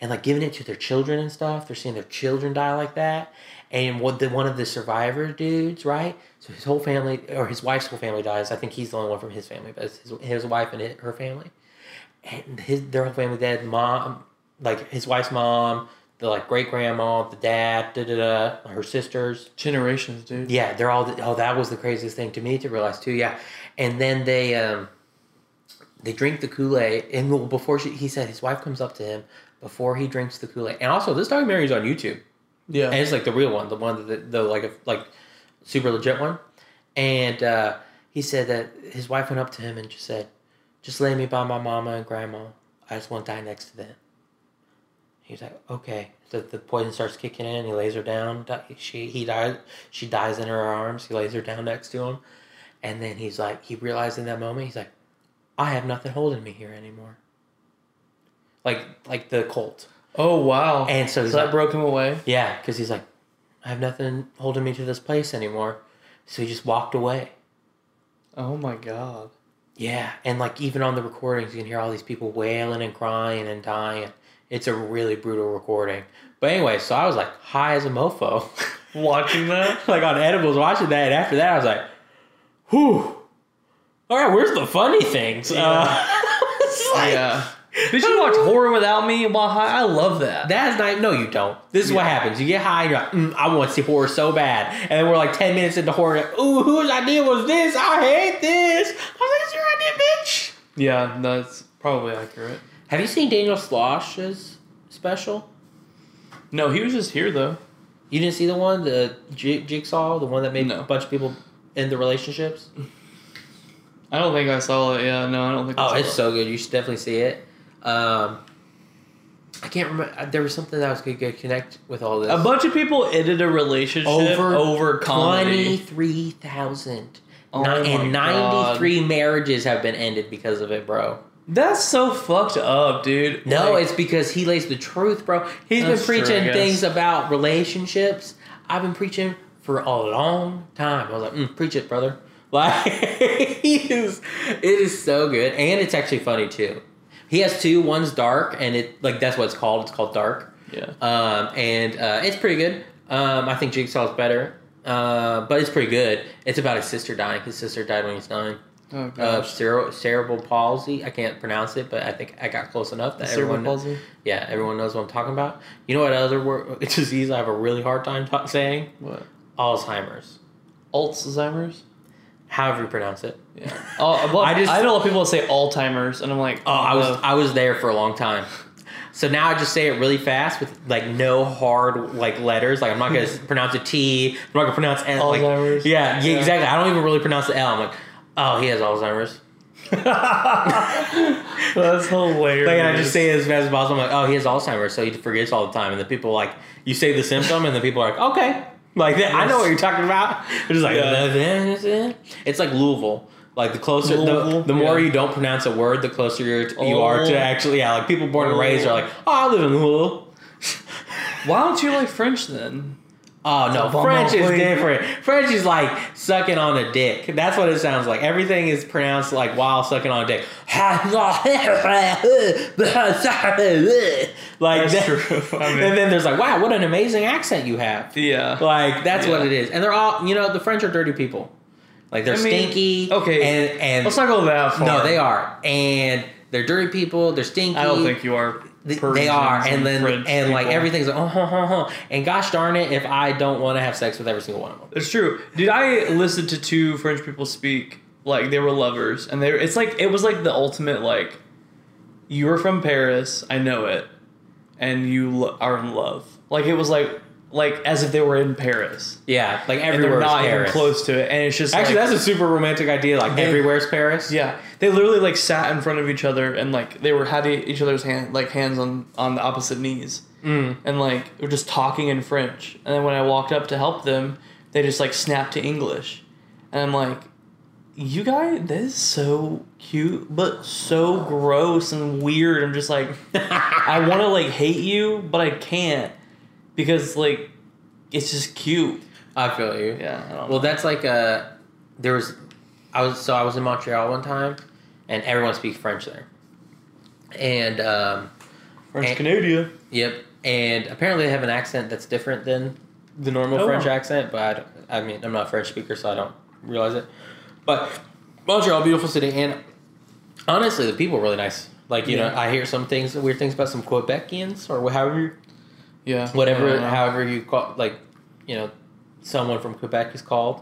S3: And like giving it to their children and stuff. They're seeing their children die like that. And what the one of the survivor dudes, right? So his whole family, or his wife's whole family dies. I think he's the only one from his family, but it's his, his wife and it- her family. And his their whole family dead. Mom, like his wife's mom, the like great grandma, the dad, da da da, her sisters.
S2: generations, dude.
S3: Yeah, they're all. Oh, that was the craziest thing to me to realize too. Yeah, and then they um, they drink the Kool Aid, and well, before she, he said his wife comes up to him before he drinks the Kool Aid, and also this documentary is on YouTube,
S2: Yeah.
S3: and it's like the real one, the one that the like a, like super legit one, and uh, he said that his wife went up to him and just said, "Just lay me by my mama and grandma. I just want to die next to them." He's like, okay. The, the poison starts kicking in. He lays her down. Di- She he dies. She dies in her arms. He lays her down next to him, and then he's like, he realized in that moment, he's like, I have nothing holding me here anymore. Like like the cult.
S2: oh wow.
S3: And so he's
S2: that
S3: like-
S2: broke him away.
S3: Yeah, because he's like, I have nothing holding me to this place anymore. So he just walked away.
S2: Oh my god.
S3: Yeah, and like even on the recordings, you can hear all these people wailing and crying and dying. It's a really brutal recording. But anyway, so I was like high as a mofo.
S2: Watching that.
S3: like on edibles watching that. And after that, I was like, whew. All right, where's the funny things? Uh, it's like,
S2: Yeah. Did you watch horror without me while high? I love that.
S3: That's not, no, you don't. This is what happens. You get high and you're like, mm, I want to see horror so bad. And then we're like 10 minutes into horror. Like, Ooh, whose idea was this? I hate this. I was like, it's your idea, bitch.
S2: Yeah, that's probably accurate.
S3: Have you seen Daniel Slosh's special?
S2: No, he was just here though.
S3: You didn't see the one, the J- Jigsaw, the one that made
S2: No.
S3: a bunch of people end their relationships?
S2: I don't think I saw it. Yeah, no, I don't think. I
S3: Oh,
S2: saw
S3: it's
S2: it.
S3: so good. You should definitely see it. Um, I can't remember. uh, There was something that was going to connect with all this.
S2: A bunch of people ended a relationship over, comedy.
S3: twenty-three thousand,
S2: Oh my
S3: and
S2: God.
S3: ninety-three marriages have been ended because of it, bro.
S2: That's so fucked up, dude.
S3: No,
S2: Like,
S3: it's because he lays the truth, bro. He's been
S2: That's true, I
S3: preaching
S2: guess.
S3: things about relationships. I've been preaching for a long time. I was like, mm, preach it, brother. Like, he is, it is so good, and it's actually funny too. He has two. One's dark, and it like that's what it's called. It's called dark.
S2: yeah.
S3: Um, and uh, it's pretty good. Um, I think Jigsaw's better, uh, but it's pretty good. It's about his sister dying. His sister died when he was nine.
S2: Oh,
S3: of
S2: gosh.
S3: cere- cerebral palsy. I can't pronounce it, but I think I got close enough that
S2: Cerebral
S3: everyone.
S2: palsy?
S3: Yeah, everyone knows what I'm talking about. You know what other word, disease I have a really hard time ta- saying?
S2: What?
S3: Alzheimer's.
S2: Alzheimer's?
S3: However you pronounce it.
S2: Yeah. Oh, well, I
S3: I
S2: just
S3: just-
S2: I know a lot of people that say Alzheimer's, and I'm like,
S3: Oh, I was
S2: uh,
S3: I was there for a long time. So now I just say it really fast with like no hard like letters. Like I'm not gonna pronounce a T. I'm not gonna pronounce L. Like,
S2: Alzheimer's.
S3: yeah, yeah,
S2: Yeah.
S3: exactly. I don't even really pronounce the L. I'm like, oh, he has Alzheimer's.
S2: that's hilarious.
S3: Like, and I just say it as fast as possible. I'm like, oh, he has Alzheimer's, so he forgets all the time. And the people like, you say the symptom, and the people are like, okay, like that, I know what you're talking about. It's just like it's like Louisville. Like the closer,
S2: Louisville,
S3: the, the more
S2: yeah.
S3: you don't pronounce a word, the closer you're, you are
S2: Oh.
S3: to actually. Yeah, like people born and raised are like, oh, I live in Louisville.
S2: why don't you like French then?
S3: Oh
S2: a
S3: no,
S2: bum
S3: French
S2: on
S3: is
S2: plate.
S3: different. French is like sucking on a dick. That's what it sounds like. Everything is pronounced like while sucking on a dick. like
S2: That's
S3: that,
S2: true. I mean-
S3: and then there's like, wow, what an amazing accent you have.
S2: Yeah.
S3: Like that's what
S2: Yeah.
S3: it is. And they're all, you know, the French are dirty people. Like they're
S2: I mean,
S3: stinky.
S2: okay.
S3: and and
S2: Let's not go that far.
S3: no, they are, and they're dirty people. They're stinky.
S2: I don't think you are.
S3: Th- they
S2: Persians
S3: are, and then
S2: French
S3: and like
S2: people.
S3: everything's like, oh, huh, huh, huh. and gosh darn it, if I don't want to have sex with every single one of them,
S2: It's true. Dude, I listened to two French people speak like they were lovers, and they were- it's like it was like the ultimate like you were from Paris, I know it, and you lo- are in love. Like it was like like as if they were in Paris,
S3: yeah, like
S2: and they're
S3: everywhere is
S2: not
S3: Paris.
S2: even close to it, and it's just
S3: Actually,
S2: like,
S3: that's a super romantic idea. Like
S2: They-
S3: everywhere's Paris.
S2: yeah. They literally like sat in front of each other and like they were had each other's hand like hands on on the opposite knees, mm. and like were just talking in French. And then when I walked up to help them, they just like snapped to English, and I'm like, "You guys, that is so cute, but so gross and weird." I'm just like, I want to like hate you, but I can't because like it's just cute.
S3: I feel you.
S2: Yeah. I don't
S3: Well, that's like uh there was, I was so I was in Montreal one time, and everyone speaks French there, and um,
S2: French
S3: and-
S2: Canada.
S3: Yep, and apparently they have an accent that's different than the normal
S2: Oh.
S3: French accent. But I, don't- I mean, I'm not a French speaker, so I don't realize it. But Montreal, beautiful city, and honestly, the people are really nice. Like you know,
S2: Yeah.
S3: I hear some things, weird things about some Quebecians or however, you-
S2: Yeah. I
S3: whatever,
S2: don't know.
S3: however you call, like you know, someone from Quebec is called.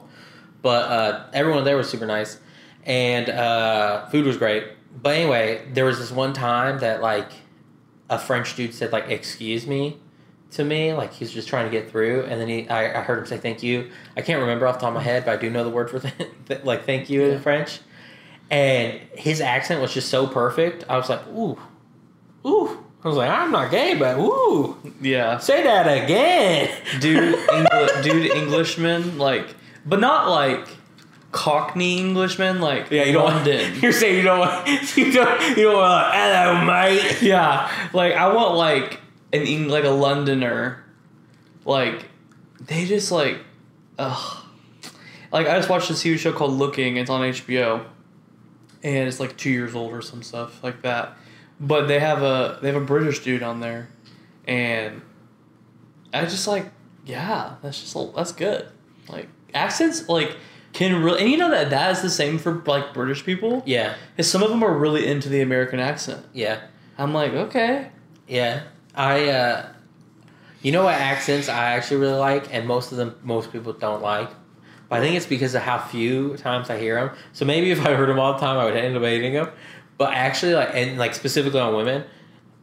S3: But uh, everyone there was super nice, and uh, food was great. But anyway, there was this one time that like a French dude said like "excuse me" to me, like he's just trying to get through, and then he I, I heard him say "thank you." I can't remember off the top of my head, but I do know the word for th- th- like "thank you"
S2: Yeah.
S3: in French. And his accent was just so perfect. I was like, ooh, ooh. I was like, I'm not gay, but ooh,
S2: yeah.
S3: say that again,
S2: dude, Engli- dude, Englishmen, like, but not like Cockney Englishmen, like
S3: Yeah, you don't.
S2: London.
S3: You're saying you don't. want- You don't. You don't want. Hello, mate.
S2: yeah, like I want like an Eng- like a Londoner, like they just like, ugh. Like I just watched this TV show called Looking. It's on HBO, and it's like two years old or some stuff like that. But they have a they have a British dude on there, and I just like yeah, that's just a- that's good. Like accents like can really and you know that that is the same for like British people.
S3: Yeah.
S2: Is some of them are really into the American accent.
S3: Yeah.
S2: I'm like, okay.
S3: Yeah. I. uh You know what accents I actually really like, and most of them most people don't like. But I think it's because of how few times I hear them. So maybe if I heard them all the time, I would end up hating them. But actually, like and like specifically on women,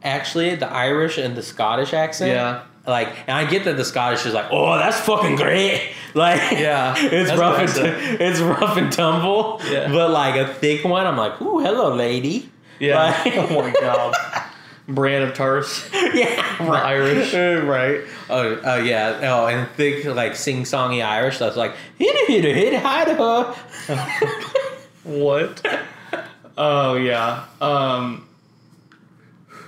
S3: actually the Irish and the Scottish accent.
S2: Yeah.
S3: Like, and I get that the Scottish is like, oh, that's fucking great. Like,
S2: Yeah,
S3: it's
S2: that's
S3: rough
S2: what I
S3: and
S2: said.
S3: it's rough and tumble.
S2: Yeah.
S3: But like a thick one, I'm like, ooh, hello, lady. Like-
S2: oh my god. Brand of Tars.
S3: yeah,
S2: The Irish.
S3: Uh, right? Oh, oh yeah. Oh, and thick like sing-songy Irish stuff like hit it, hit it, hit it, hide her.
S2: What? Oh yeah. Um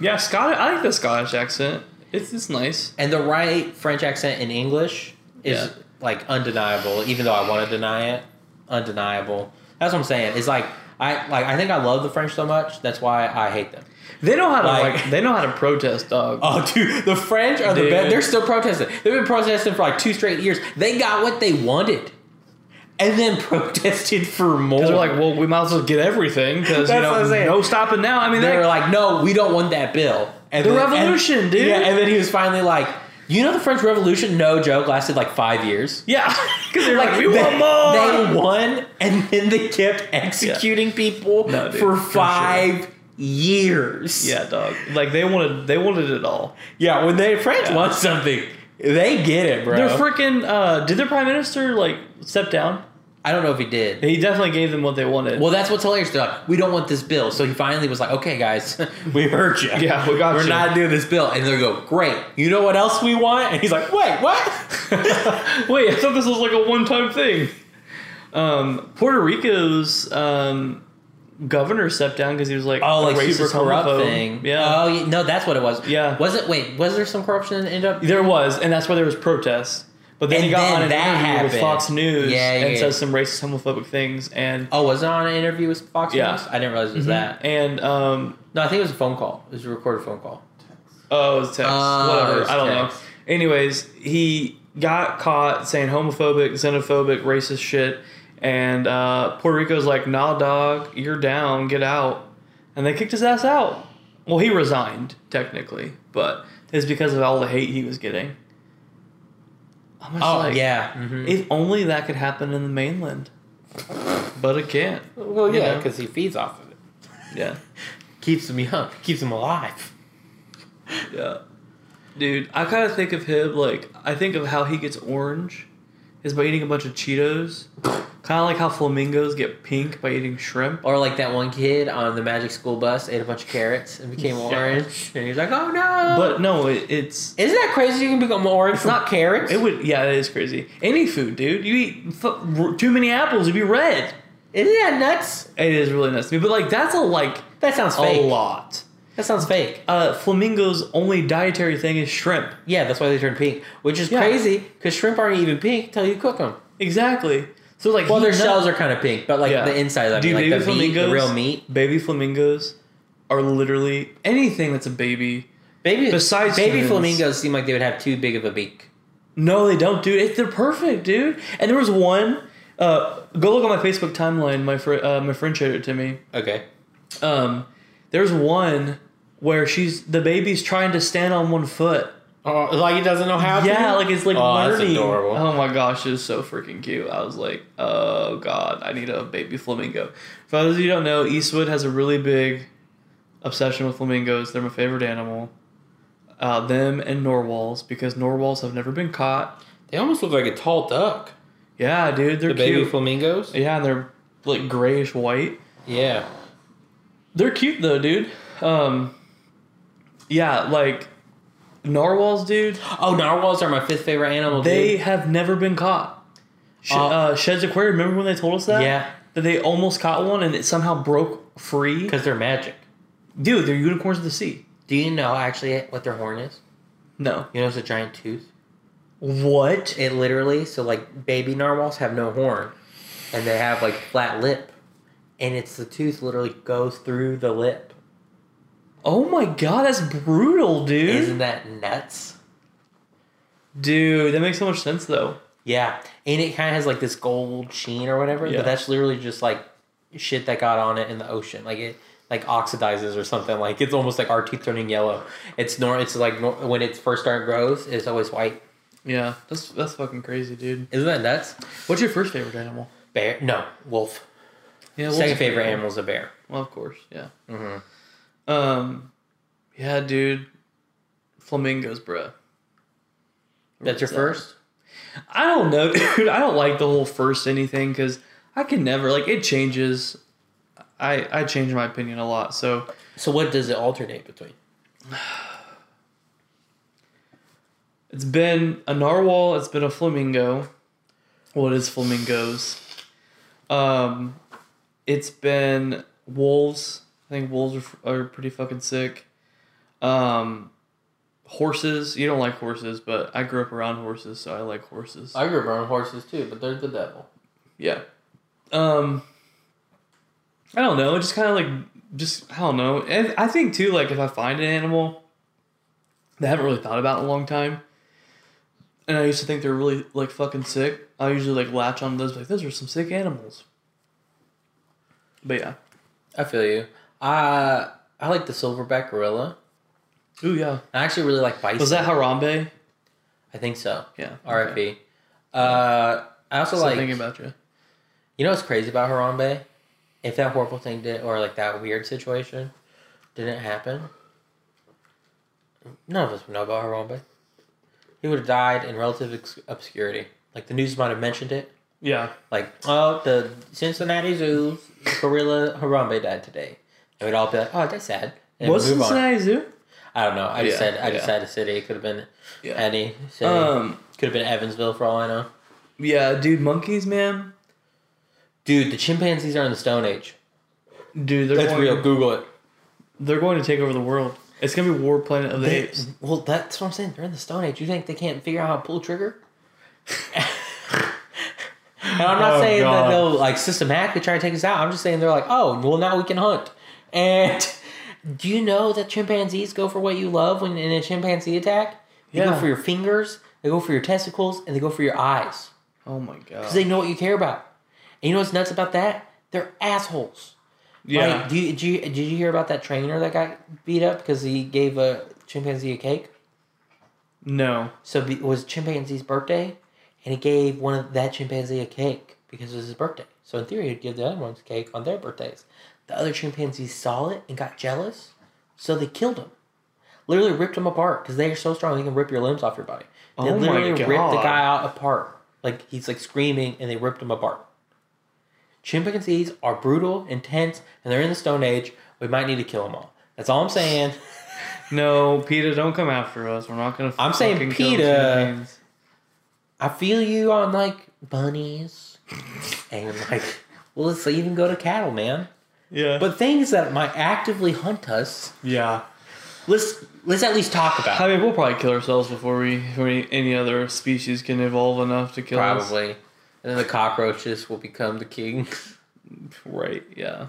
S2: Yeah, Scottish I like the Scottish accent. It's it's nice.
S3: And the right French accent in English is
S2: Yeah.
S3: like undeniable, even though I want to deny it. Undeniable. That's what I'm saying. It's like I like I think I love the French so much. That's why I hate them.
S2: They know how to like,
S3: Like-
S2: they know how to protest, dog.
S3: Oh, dude, the French are the
S2: Dude.
S3: best. They're still protesting. They've been protesting for like two straight years. They got what they wanted. and then protested for more.
S2: Because they're like, well, we might as well get everything because you
S3: That's what
S2: know,
S3: I'm saying.
S2: no stopping now. I mean,
S3: they were
S2: that,
S3: like, no, we don't want that bill. And
S2: The
S3: then- and-
S2: revolution, dude.
S3: Yeah, and then he was finally like, you know, the French Revolution, no joke, lasted like five years.
S2: yeah, because they're like, we
S3: they,
S2: want more.
S3: They won, and then they kept executing people
S2: No, dude,
S3: for
S2: for sure.
S3: five years.
S2: yeah, dog. Like they wanted, they wanted it all.
S3: yeah. When they French
S2: Yeah.
S3: want something, they get it, bro.
S2: They're freaking. Uh, did their prime minister like step down?
S3: I don't know if he did.
S2: He definitely gave them what they wanted.
S3: Well, that's what's hilarious. They're like, we don't want this bill. So he finally was like, okay, guys, we heard you.
S2: Yeah, we got
S3: We're
S2: you.
S3: not doing this bill. And they go, great. You know what else we want? And he's like, wait, what?
S2: Wait, I thought this was like a one-time thing. Um, Puerto Rico's um, governor stepped down because he was like,
S3: oh, like
S2: a
S3: super
S2: racist
S3: corrupt
S2: homophobe.
S3: thing.
S2: Yeah,
S3: Oh, yeah, no, that's what it was.
S2: Yeah.
S3: Was it? Wait, was there some corruption that ended up?
S2: there was, and that's why there was protests. But then
S3: And
S2: he got
S3: then
S2: on an
S3: that
S2: interview with
S3: happened.
S2: Fox News
S3: Yeah, yeah,
S2: and
S3: yeah.
S2: says some racist, homophobic things, and
S3: Oh, was it on an interview with Fox
S2: Yeah. Mm-hmm.
S3: News? I didn't realize it was that.
S2: and um,
S3: No, I think it was a phone call. It was a recorded phone call.
S2: Oh, it was text.
S3: Oh, it
S2: Whatever.
S3: was
S2: I don't
S3: text.
S2: know. Anyways, he got caught saying homophobic, xenophobic, racist shit, and uh, Puerto Rico's like, "Nah, dog, you're down. Get out." And they kicked his ass out. Well, he resigned technically, but it's because of all the hate he was getting. I'm just
S3: Oh,
S2: like, mm-hmm.
S3: yeah. Mhm.
S2: If only that could happen in the mainland, but it can't.
S3: Well,
S2: yeah,
S3: because he feeds off of it.
S2: Yeah.
S3: Keeps him young. Keeps him alive.
S2: Yeah. Dude, I kind of think of him like I think of how he gets orange is by eating a bunch of Cheetos. kind of like how flamingos get pink by eating shrimp.
S3: Or like that one kid on the magic school bus ate a bunch of carrots and became
S2: Yeah.
S3: orange, and he's like, "Oh no!"
S2: But no, it, it's
S3: isn't that crazy? You can become orange, not carrots.
S2: it would yeah, that is crazy. Any food, dude. You eat f- r- too many apples, you'd be red.
S3: isn't that nuts?
S2: It is really nuts to me, but like that's a like
S3: That sounds
S2: a
S3: fake.
S2: lot.
S3: That sounds fake.
S2: Uh, flamingos' only dietary thing is shrimp.
S3: Yeah, that's why they turn pink, which is
S2: Yeah.
S3: crazy because shrimp aren't even pink until you cook them.
S2: Exactly. So like,
S3: Well,
S2: he
S3: their
S2: kno-
S3: shells are kind of pink, but like
S2: Yeah.
S3: the inside, I
S2: Dude,
S3: mean, like
S2: baby
S3: the meat, the
S2: flamingos-
S3: real meat.
S2: Baby flamingos are literally anything that's a baby.
S3: Baby,
S2: Besides
S3: baby
S2: humans.
S3: flamingos, seem like they would have too big of a beak.
S2: No, they don't, dude. It, they're perfect, dude. And there was one. Uh, go look on my Facebook timeline. My fr- uh, my friend shared it to me.
S3: Okay.
S2: Um, there's one where she's the baby's trying to stand on one foot.
S3: Oh, like he doesn't know how.
S2: Yeah, like it's like
S3: Oh, that's
S2: learning.
S3: adorable.
S2: Oh my gosh, it's so freaking cute. I was like, oh god, I need a baby flamingo. For those of you who don't know, Eastwood has a really big obsession with flamingos. They're my favorite animal. Uh, them and norwals because norwals have never been caught.
S3: they almost look like a tall duck.
S2: Yeah, dude, they're cute.
S3: flamingos.
S2: Yeah, and they're like grayish white.
S3: Yeah.
S2: They're cute though, dude. Um, yeah, like narwhals, dude.
S3: Oh, narwhals are my fifth favorite animal.
S2: They
S3: dude.
S2: have never been caught. Sh-
S3: Uh,
S2: uh, Sheds Aquarium. Remember when they told us that?
S3: Yeah.
S2: that they almost caught one and it somehow broke free.
S3: because they're magic.
S2: Dude, they're unicorns of the sea.
S3: Do you know actually what their horn is?
S2: No,
S3: You know, it's a giant tooth.
S2: what?
S3: It literally, so like baby narwhals have no horn, and they have like flat lip, and it's the tooth literally goes through the lip.
S2: Oh my god, that's brutal, dude.
S3: Isn't that nuts?
S2: dude, that makes so much sense though.
S3: Yeah, and it kind of has like this gold sheen or whatever,
S2: Yeah.
S3: but that's literally just like shit that got on it in the ocean, like it like oxidizes or something. Like it's almost like our teeth turning yellow. It's nor it's like nor- when it first starts grows, it's always white.
S2: Yeah, that's that's fucking crazy, dude.
S3: Isn't that nuts?
S2: What's your first favorite animal?
S3: Bear? No, wolf.
S2: Yeah, what's your
S3: Second favorite animal is a bear.
S2: Well, of course, yeah. Um, yeah, dude, flamingos, bruh.
S3: That's your
S2: What's that?
S3: first.
S2: I don't know, dude. I don't like the whole first anything because I can never like it changes. I I change my opinion a lot, so
S3: So what does it alternate between?
S2: it's been a narwhal. It's been a flamingo. What is flamingos? Um, it's been wolves. I think wolves are, are pretty fucking sick. Um, horses. You don't like horses, but I grew up around horses, so I like horses.
S3: I grew up around horses too, but they're the devil.
S2: Yeah. Um I don't know, just kind of like just I don't know. And I think too like if I find an animal that I haven't really thought about in a long time, and I used to think they're really like fucking sick. I usually like latch on to those like those are some sick animals. But yeah,
S3: I feel you. Uh, I like the silverback gorilla.
S2: ooh yeah.
S3: I actually really like bison.
S2: Was that Harambe?
S3: I think so.
S2: Yeah.
S3: RFP.
S2: Okay.
S3: Uh, I also
S2: Still
S3: like.
S2: thinking about you.
S3: You know what's crazy about Harambe? If that horrible thing did, or like that weird situation, didn't happen, none of us would know about Harambe. He would have died in relative ex- obscurity. Like the news might have mentioned it.
S2: Yeah.
S3: Like, oh, the Cincinnati Zoo gorilla Harambe died today, and we'd all be like, oh, that's sad. And
S2: Was
S3: move on.
S2: Cincinnati Zoo?
S3: I don't know. I just
S2: Yeah,
S3: said I just
S2: yeah.
S3: said a city. It could have been
S2: Yeah.
S3: any city.
S2: Um.
S3: could have been Evansville for all I know.
S2: Yeah, dude. Monkeys, man.
S3: Dude, the chimpanzees are in the Stone Age.
S2: Dude, they're
S3: That's
S2: going,
S3: real. Google it.
S2: They're going to take over the world. It's gonna be War Planet of the Apes.
S3: Well, that's what I'm saying. They're in the Stone Age. You think they can't figure out how to pull a trigger? and I'm not
S2: Oh,
S3: saying that
S2: God.
S3: they'll like systematically try to take us out. I'm just saying they're like, oh, well now we can hunt. And do you know that chimpanzees go for what you love when in a chimpanzee attack? They go
S2: Yeah.
S3: for your fingers, they go for your testicles, and they go for your eyes.
S2: Oh my god.
S3: Because they know what you care about. And you know what's nuts about that? They're assholes.
S2: yeah.
S3: Like, do you, did you did you hear about that trainer that got beat up because he gave a chimpanzee a cake?
S2: no.
S3: So be, it was chimpanzee's birthday, and he gave one of that chimpanzee a cake because it was his birthday. So in theory, he'd give the other ones cake on their birthdays. The other chimpanzee saw it and got jealous, so they killed him. Literally ripped him apart because they are so strong they can rip your limbs off your body. They
S2: Oh my
S3: literally ripped the
S2: God.
S3: guy out apart. Like he's like screaming, and they ripped him apart. Chimpanzees are brutal, intense, and they're in the Stone Age. We might need to kill them all. That's all I'm saying.
S2: No, PETA, don't come after us. We're not gonna.
S3: I'm saying
S2: fucking kill
S3: PETA.
S2: chimpanzees.
S3: I feel you on like bunnies and like well let's even go to cattle, man.
S2: Yeah.
S3: But things that might actively hunt us,
S2: yeah.
S3: let's let's at least talk about.
S2: I mean, we'll probably kill ourselves before we, before any- any other species can evolve enough to kill us.
S3: Probably. And then the cockroaches will become the king.
S2: Right. Yeah.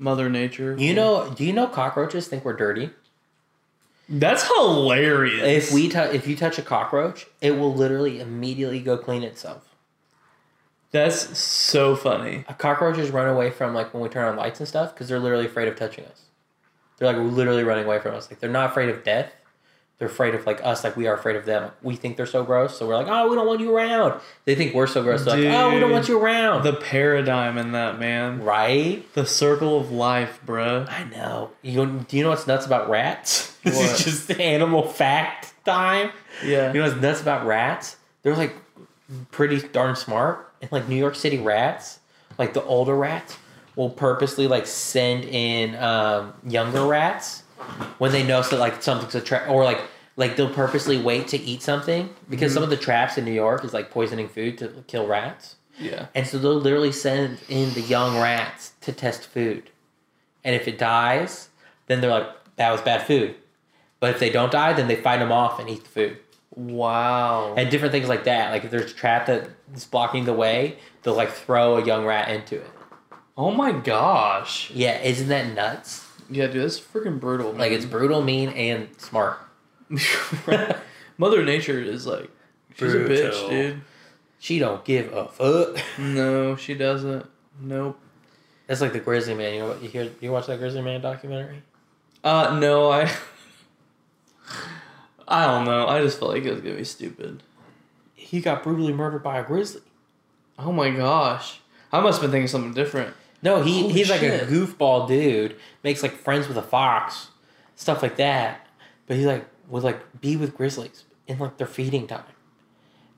S2: Mother Nature.
S3: You know do you know cockroaches think we're dirty?
S2: That's hilarious.
S3: If we tou if you touch a cockroach, it will literally immediately go clean itself.
S2: That's so funny.
S3: Cockroaches run away from like when we turn on lights and stuff because they're literally afraid of touching us. They're like literally running away from us. Like they're not afraid of death. They're afraid of like us, like we are afraid of them. We think they're so gross, so we're like, oh, we don't want you around. They think we're so gross, they're like, oh, we don't
S2: Dude.
S3: want you around.
S2: The paradigm in that man.
S3: right?
S2: The circle of life, bruh.
S3: I know. You do you know what's nuts about rats? This
S2: What?
S3: is just animal fact time.
S2: Yeah.
S3: You know what's nuts about rats? They're like pretty darn smart. And like New York City rats, like the older rats, will purposely like send in um, younger rats when they know that like something's a trap or like like they'll purposely wait to eat something because some of the traps in New York is like poisoning food to kill rats.
S2: yeah.
S3: And so they'll literally send in the young rats to test food. And if it dies, then they're like, that was bad food. But if they don't die, then they fight them off and eat the food.
S2: Wow.
S3: And different things like that. Like if there's a trap that's blocking the way, they'll like throw a young rat into it.
S2: oh my gosh.
S3: Yeah, isn't that nuts?
S2: Yeah, dude, that's freaking brutal. Man.
S3: Like it's brutal, mean, and smart.
S2: Mother Nature is like she's a bitch,
S3: Brutal.
S2: dude.
S3: She don't give a fuck.
S2: No, she doesn't. Nope.
S3: That's like the Grizzly Man. You know what you hear? You watch that Grizzly Man documentary?
S2: Uh, no, I. I don't know. I just felt like it was gonna be stupid.
S3: He got brutally murdered by a grizzly.
S2: Oh my gosh, I must have been thinking something different.
S3: No, he
S2: Holy
S3: he's like a
S2: shit.
S3: goofball dude. Makes like friends with a fox, stuff like that. But he like would like be with grizzlies in like their feeding time,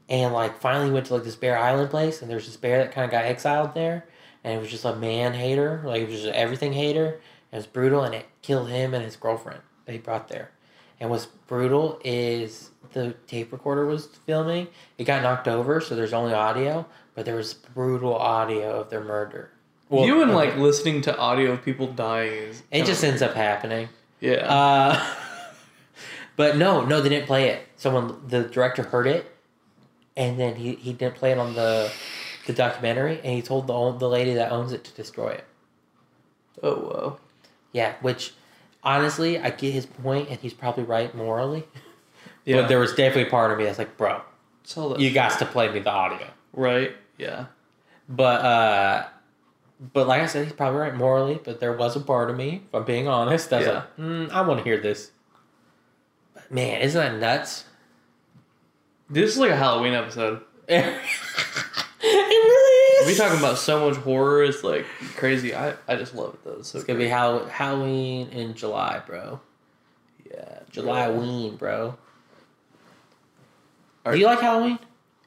S3: and like finally went to like this Bear Island place, and there's this bear that kind of got exiled there, and it was just a man hater, like it was just an everything hater, and it was brutal, and it killed him and his girlfriend that he brought there. And what's brutal is the tape recorder was filming. It got knocked over, so there's only audio, but there was brutal audio of their murder. Well,
S2: you and like
S3: okay.
S2: listening to audio of people dying is
S3: It just ends up happening.
S2: yeah.
S3: Uh, but no, no, they didn't play it. Someone, the director heard it, and then he, he didn't play it on the the documentary, and he told the own- the lady that owns it to destroy it.
S2: oh wow.
S3: Yeah, which honestly, I get his point, and he's probably right morally.
S2: Yeah.
S3: But there was definitely a part of me that's like, bro,
S2: sell that.
S3: you got to play me the audio.
S2: right? Yeah.
S3: But uh but like I said, he's probably right morally, but there was a part of me, if I'm being honest, I was
S2: Yeah.
S3: like, mm, I want to hear this. But man, isn't that nuts?
S2: This is like a Halloween episode.
S3: it really is.
S2: We talking about so much horror, it's like crazy. I, I just love it though. It's, so
S3: It's gonna be Hall- Halloween in July, bro. Yeah, July ween, bro. Do you like Halloween?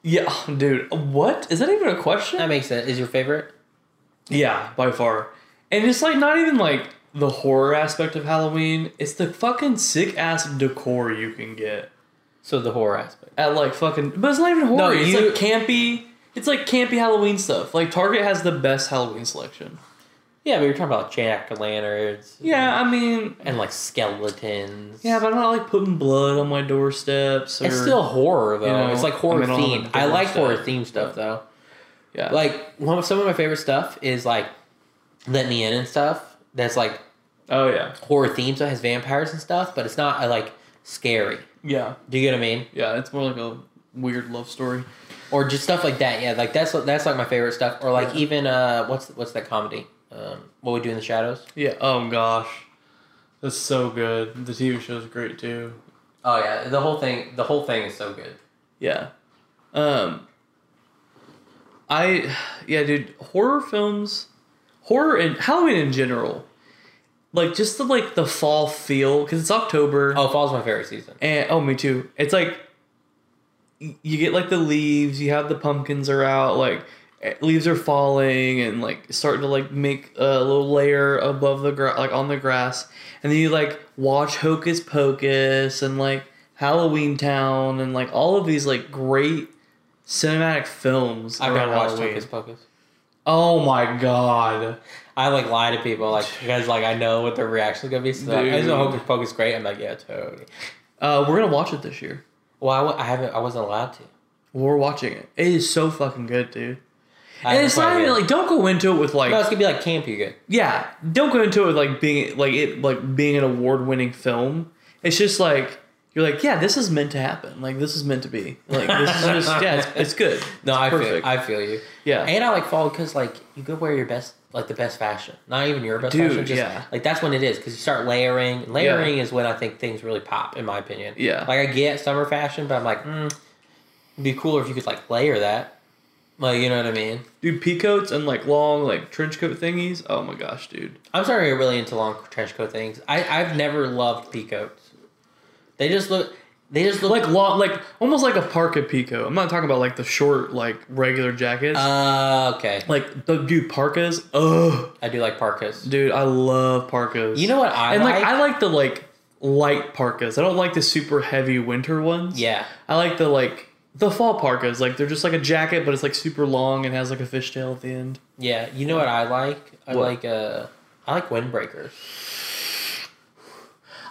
S2: Yeah, dude. What? Is that even a question?
S3: That makes sense. Is your favorite?
S2: yeah, by far. And it's like not even like the horror aspect of Halloween. It's the fucking sick ass decor you can get
S3: So the horror aspect.
S2: at like fucking. But it's not even horror.
S3: No,
S2: it's
S3: you-
S2: like campy. It's like campy Halloween stuff. Like Target has the best Halloween selection.
S3: Yeah, but you're talking about jack o' lanterns.
S2: Yeah, I mean,
S3: and like skeletons.
S2: yeah, but I'm not like putting blood on my doorsteps. Or,
S3: it's still horror though.
S2: you know,
S3: it's like horror
S2: I mean, all the
S3: themed. I like
S2: different
S3: horror
S2: stuff.
S3: themed stuff though.
S2: yeah.
S3: Like one of some of my favorite stuff is like Let Me In and stuff. That's like
S2: oh yeah,
S3: horror themed, so it has vampires and stuff, but it's not uh, like scary.
S2: yeah,
S3: Do you get what I mean?
S2: yeah. It's more like a weird love story.
S3: Or just stuff like that. Yeah, like that's that's like my favorite stuff. Or like
S2: Yeah.
S3: even uh, what's what's that comedy? Um, what we do in the shadows.
S2: Yeah. Oh gosh, that's so good. The TV show's great too.
S3: Oh yeah, the whole thing. The whole thing is so good.
S2: Yeah. Um I yeah, dude, horror films, horror and Halloween in general. Like just the like the fall feel cuz it's October.
S3: Oh, fall's my favorite season.
S2: And oh, me too. It's like y- you get like the leaves, you have the pumpkins are out, like eh, leaves are falling and like starting to like make a little layer above the grass, like on the grass. And then you like watch Hocus Pocus and like Halloween Town and like all of these like great cinematic films.
S3: I've never
S2: around
S3: watched
S2: Halloween.
S3: Hocus Pocus.
S2: Oh my god.
S3: I like lie to people, like because like I know what their reaction's gonna be. So like, I just know
S2: Dude.
S3: Hocus Pocus is great. I'm like, yeah, totally.
S2: Uh, we're gonna watch it this year.
S3: Well, I, wa- I haven't. I wasn't allowed to.
S2: We're watching it. It is so fucking good, dude. And
S3: I haven't
S2: it's not
S3: played
S2: even
S3: it.
S2: like don't go into it with like
S3: no, it's gonna be like campy good.
S2: yeah, don't go into it with like being like it like being an award winning film. It's just like you're like, yeah, this is meant to happen. Like this is meant to be. Like this is just yeah, it's, it's good.
S3: No, I
S2: perfect.
S3: feel I feel you.
S2: Yeah.
S3: and I like fall because like you could wear your best, like the best fashion. Not even your best
S2: Dude,
S3: fashion. Just,
S2: yeah.
S3: like that's when it is because you start layering. Layering is when I think things really pop, in my opinion.
S2: Yeah.
S3: like I get summer fashion, but I'm like, mm, it'd be cooler if you could like layer that. Like you know what I mean?
S2: Dude, peacoats and like long like trench coat thingies. Oh my gosh, dude.
S3: I'm sorry, you're really into long trench coat things. I I've never loved peacoats. They just look. They just look
S2: Like long, like almost like a parka peacoat. I'm not talking about like the short like regular jackets.
S3: Uh, okay.
S2: like the dude parkas. Ugh,
S3: I do like parkas.
S2: dude, I love parkas.
S3: You know what I
S2: and like,
S3: like?
S2: I like the like light parkas. I don't like the super heavy winter ones.
S3: yeah.
S2: I like the like the fall parkas. Like they're just like a jacket, but it's like super long and has like a fishtail at the end.
S3: Yeah, you know what I like? I
S2: What?
S3: like uh I like windbreakers.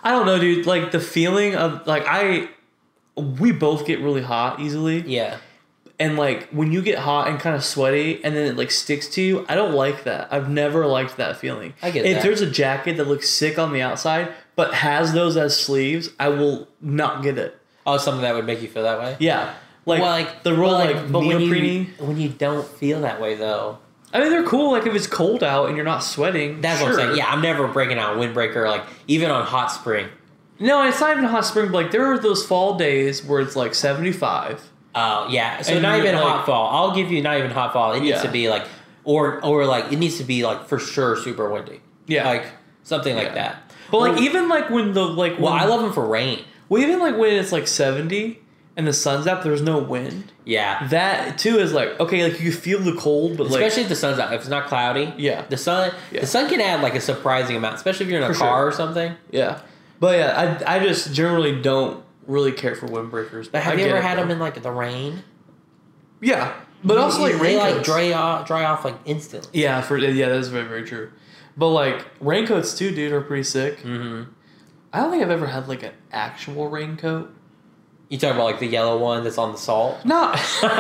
S2: I don't know, dude. Like the feeling of like I, we both get really hot easily,
S3: Yeah.
S2: and like when you get hot and kind of sweaty, and then it like sticks to you. I don't like that. I've never liked that feeling.
S3: I get
S2: if
S3: that.
S2: there's a jacket that looks sick on the outside but has those as sleeves, I will not get it.
S3: Oh, something that would make you feel that way.
S2: Yeah. Like,
S3: Well, like
S2: the roll
S3: well,
S2: like,
S3: but when you,
S2: neoprene.
S3: when you don't feel that way though,
S2: I mean, they're cool. Like if it's cold out and you're not sweating,
S3: that's
S2: sure.
S3: what I'm saying. Yeah, I'm never breaking out a windbreaker like even on hot spring.
S2: No, it's not even hot spring. But like there are those fall days where it's like seventy five.
S3: Oh yeah, so
S2: And
S3: not
S2: you-
S3: even
S2: like-
S3: hot fall. I'll give you not even hot fall. It needs
S2: Yeah.
S3: to be like or or like it needs to be like for sure super windy.
S2: Yeah.
S3: like something like
S2: Yeah.
S3: that.
S2: But like
S3: Well-
S2: even like when the like when,
S3: Well, I love them for rain.
S2: well even like when it's like seventy and the sun's up, there's no wind.
S3: Yeah,
S2: That too is like okay, like you feel the cold, but like
S3: especially if the sun's out. If it's not cloudy,
S2: Yeah.
S3: the sun
S2: Yeah.
S3: the sun can add like a surprising amount, especially if you're in a
S2: For sure.
S3: car or something.
S2: yeah. But yeah, I I just generally don't really care for windbreakers.
S3: But have
S2: I
S3: you
S2: get
S3: ever
S2: it,
S3: had
S2: though.
S3: them in like the rain?
S2: Yeah, but
S3: You-
S2: also
S3: you-
S2: like
S3: they
S2: raincoats.
S3: like dry off, dry off like instantly.
S2: Yeah, for yeah, that is very very true. But like raincoats too, dude, are pretty sick.
S3: Mm-hmm.
S2: I don't think I've ever had like an actual raincoat.
S3: You talk about like the yellow one that's on the salt.
S2: No.
S3: Do
S2: or
S3: you-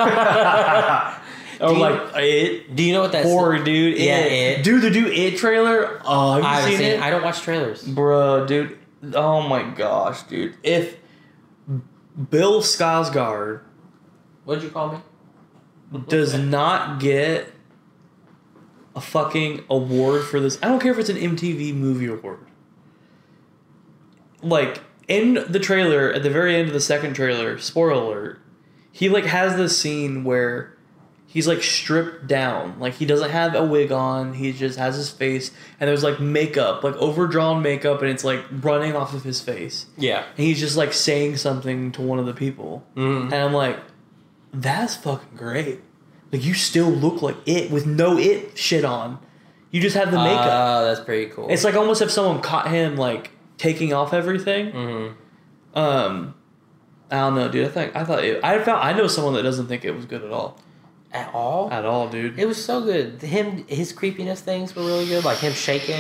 S2: Oh, like it
S3: Do you know what that's?
S2: horror, dude.
S3: Yeah,
S2: it.
S3: It.
S2: Dude, the new it trailer. Oh, have you
S3: I haven't
S2: seen,
S3: seen.
S2: it?
S3: I don't watch trailers.
S2: Bro, dude. Oh my gosh, dude. If Bill Skarsgård
S3: What'd you call me?
S2: does not get a fucking award for this. I don't care if it's an MTV movie award. Like in the trailer, at the very end of the second trailer, spoiler alert, he like has this scene where he's like stripped down. Like he doesn't have a wig on, he just has his face and there's like makeup, like overdrawn makeup and it's like running off of his face
S3: Yeah.
S2: and he's just like saying something to one of the people,
S3: Mm-hmm.
S2: and I'm like, that's fucking great. Like you still look like it with no it shit on. You just have the makeup.
S3: Oh, that's pretty cool.
S2: it's like almost if someone caught him like taking off everything.
S3: Mm-hmm.
S2: Um, I don't know, dude. I think I thought it, I found I know someone that doesn't think it was good at all.
S3: at all.
S2: At all, dude.
S3: It was so good. Him, his creepiness things were really good. Like him shaking,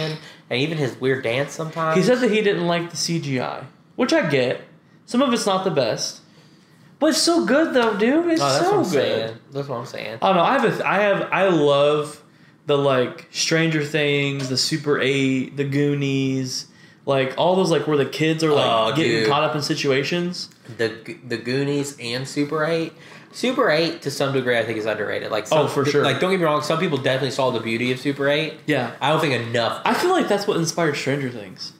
S3: and even his weird dance sometimes.
S2: He said that he didn't like the CGI, which I get. Some of it's not the best, but it's so good though, dude. It's
S3: oh, that's
S2: so
S3: what I'm
S2: good. Uh,
S3: saying. That's what I'm saying.
S2: I don't know. I have a th- I have I love the like Stranger Things, the Super Eight, the Goonies, like all those like where the kids are like
S3: Oh,
S2: getting
S3: dude.
S2: caught up in situations.
S3: the the Goonies and Super Eight. Super Eight to some degree, I think is underrated. Like some,
S2: Oh, for sure.
S3: Like don't get me wrong, some people definitely saw the beauty of Super Eight.
S2: Yeah,
S3: I don't think enough.
S2: I feel like that's what inspired Stranger Things.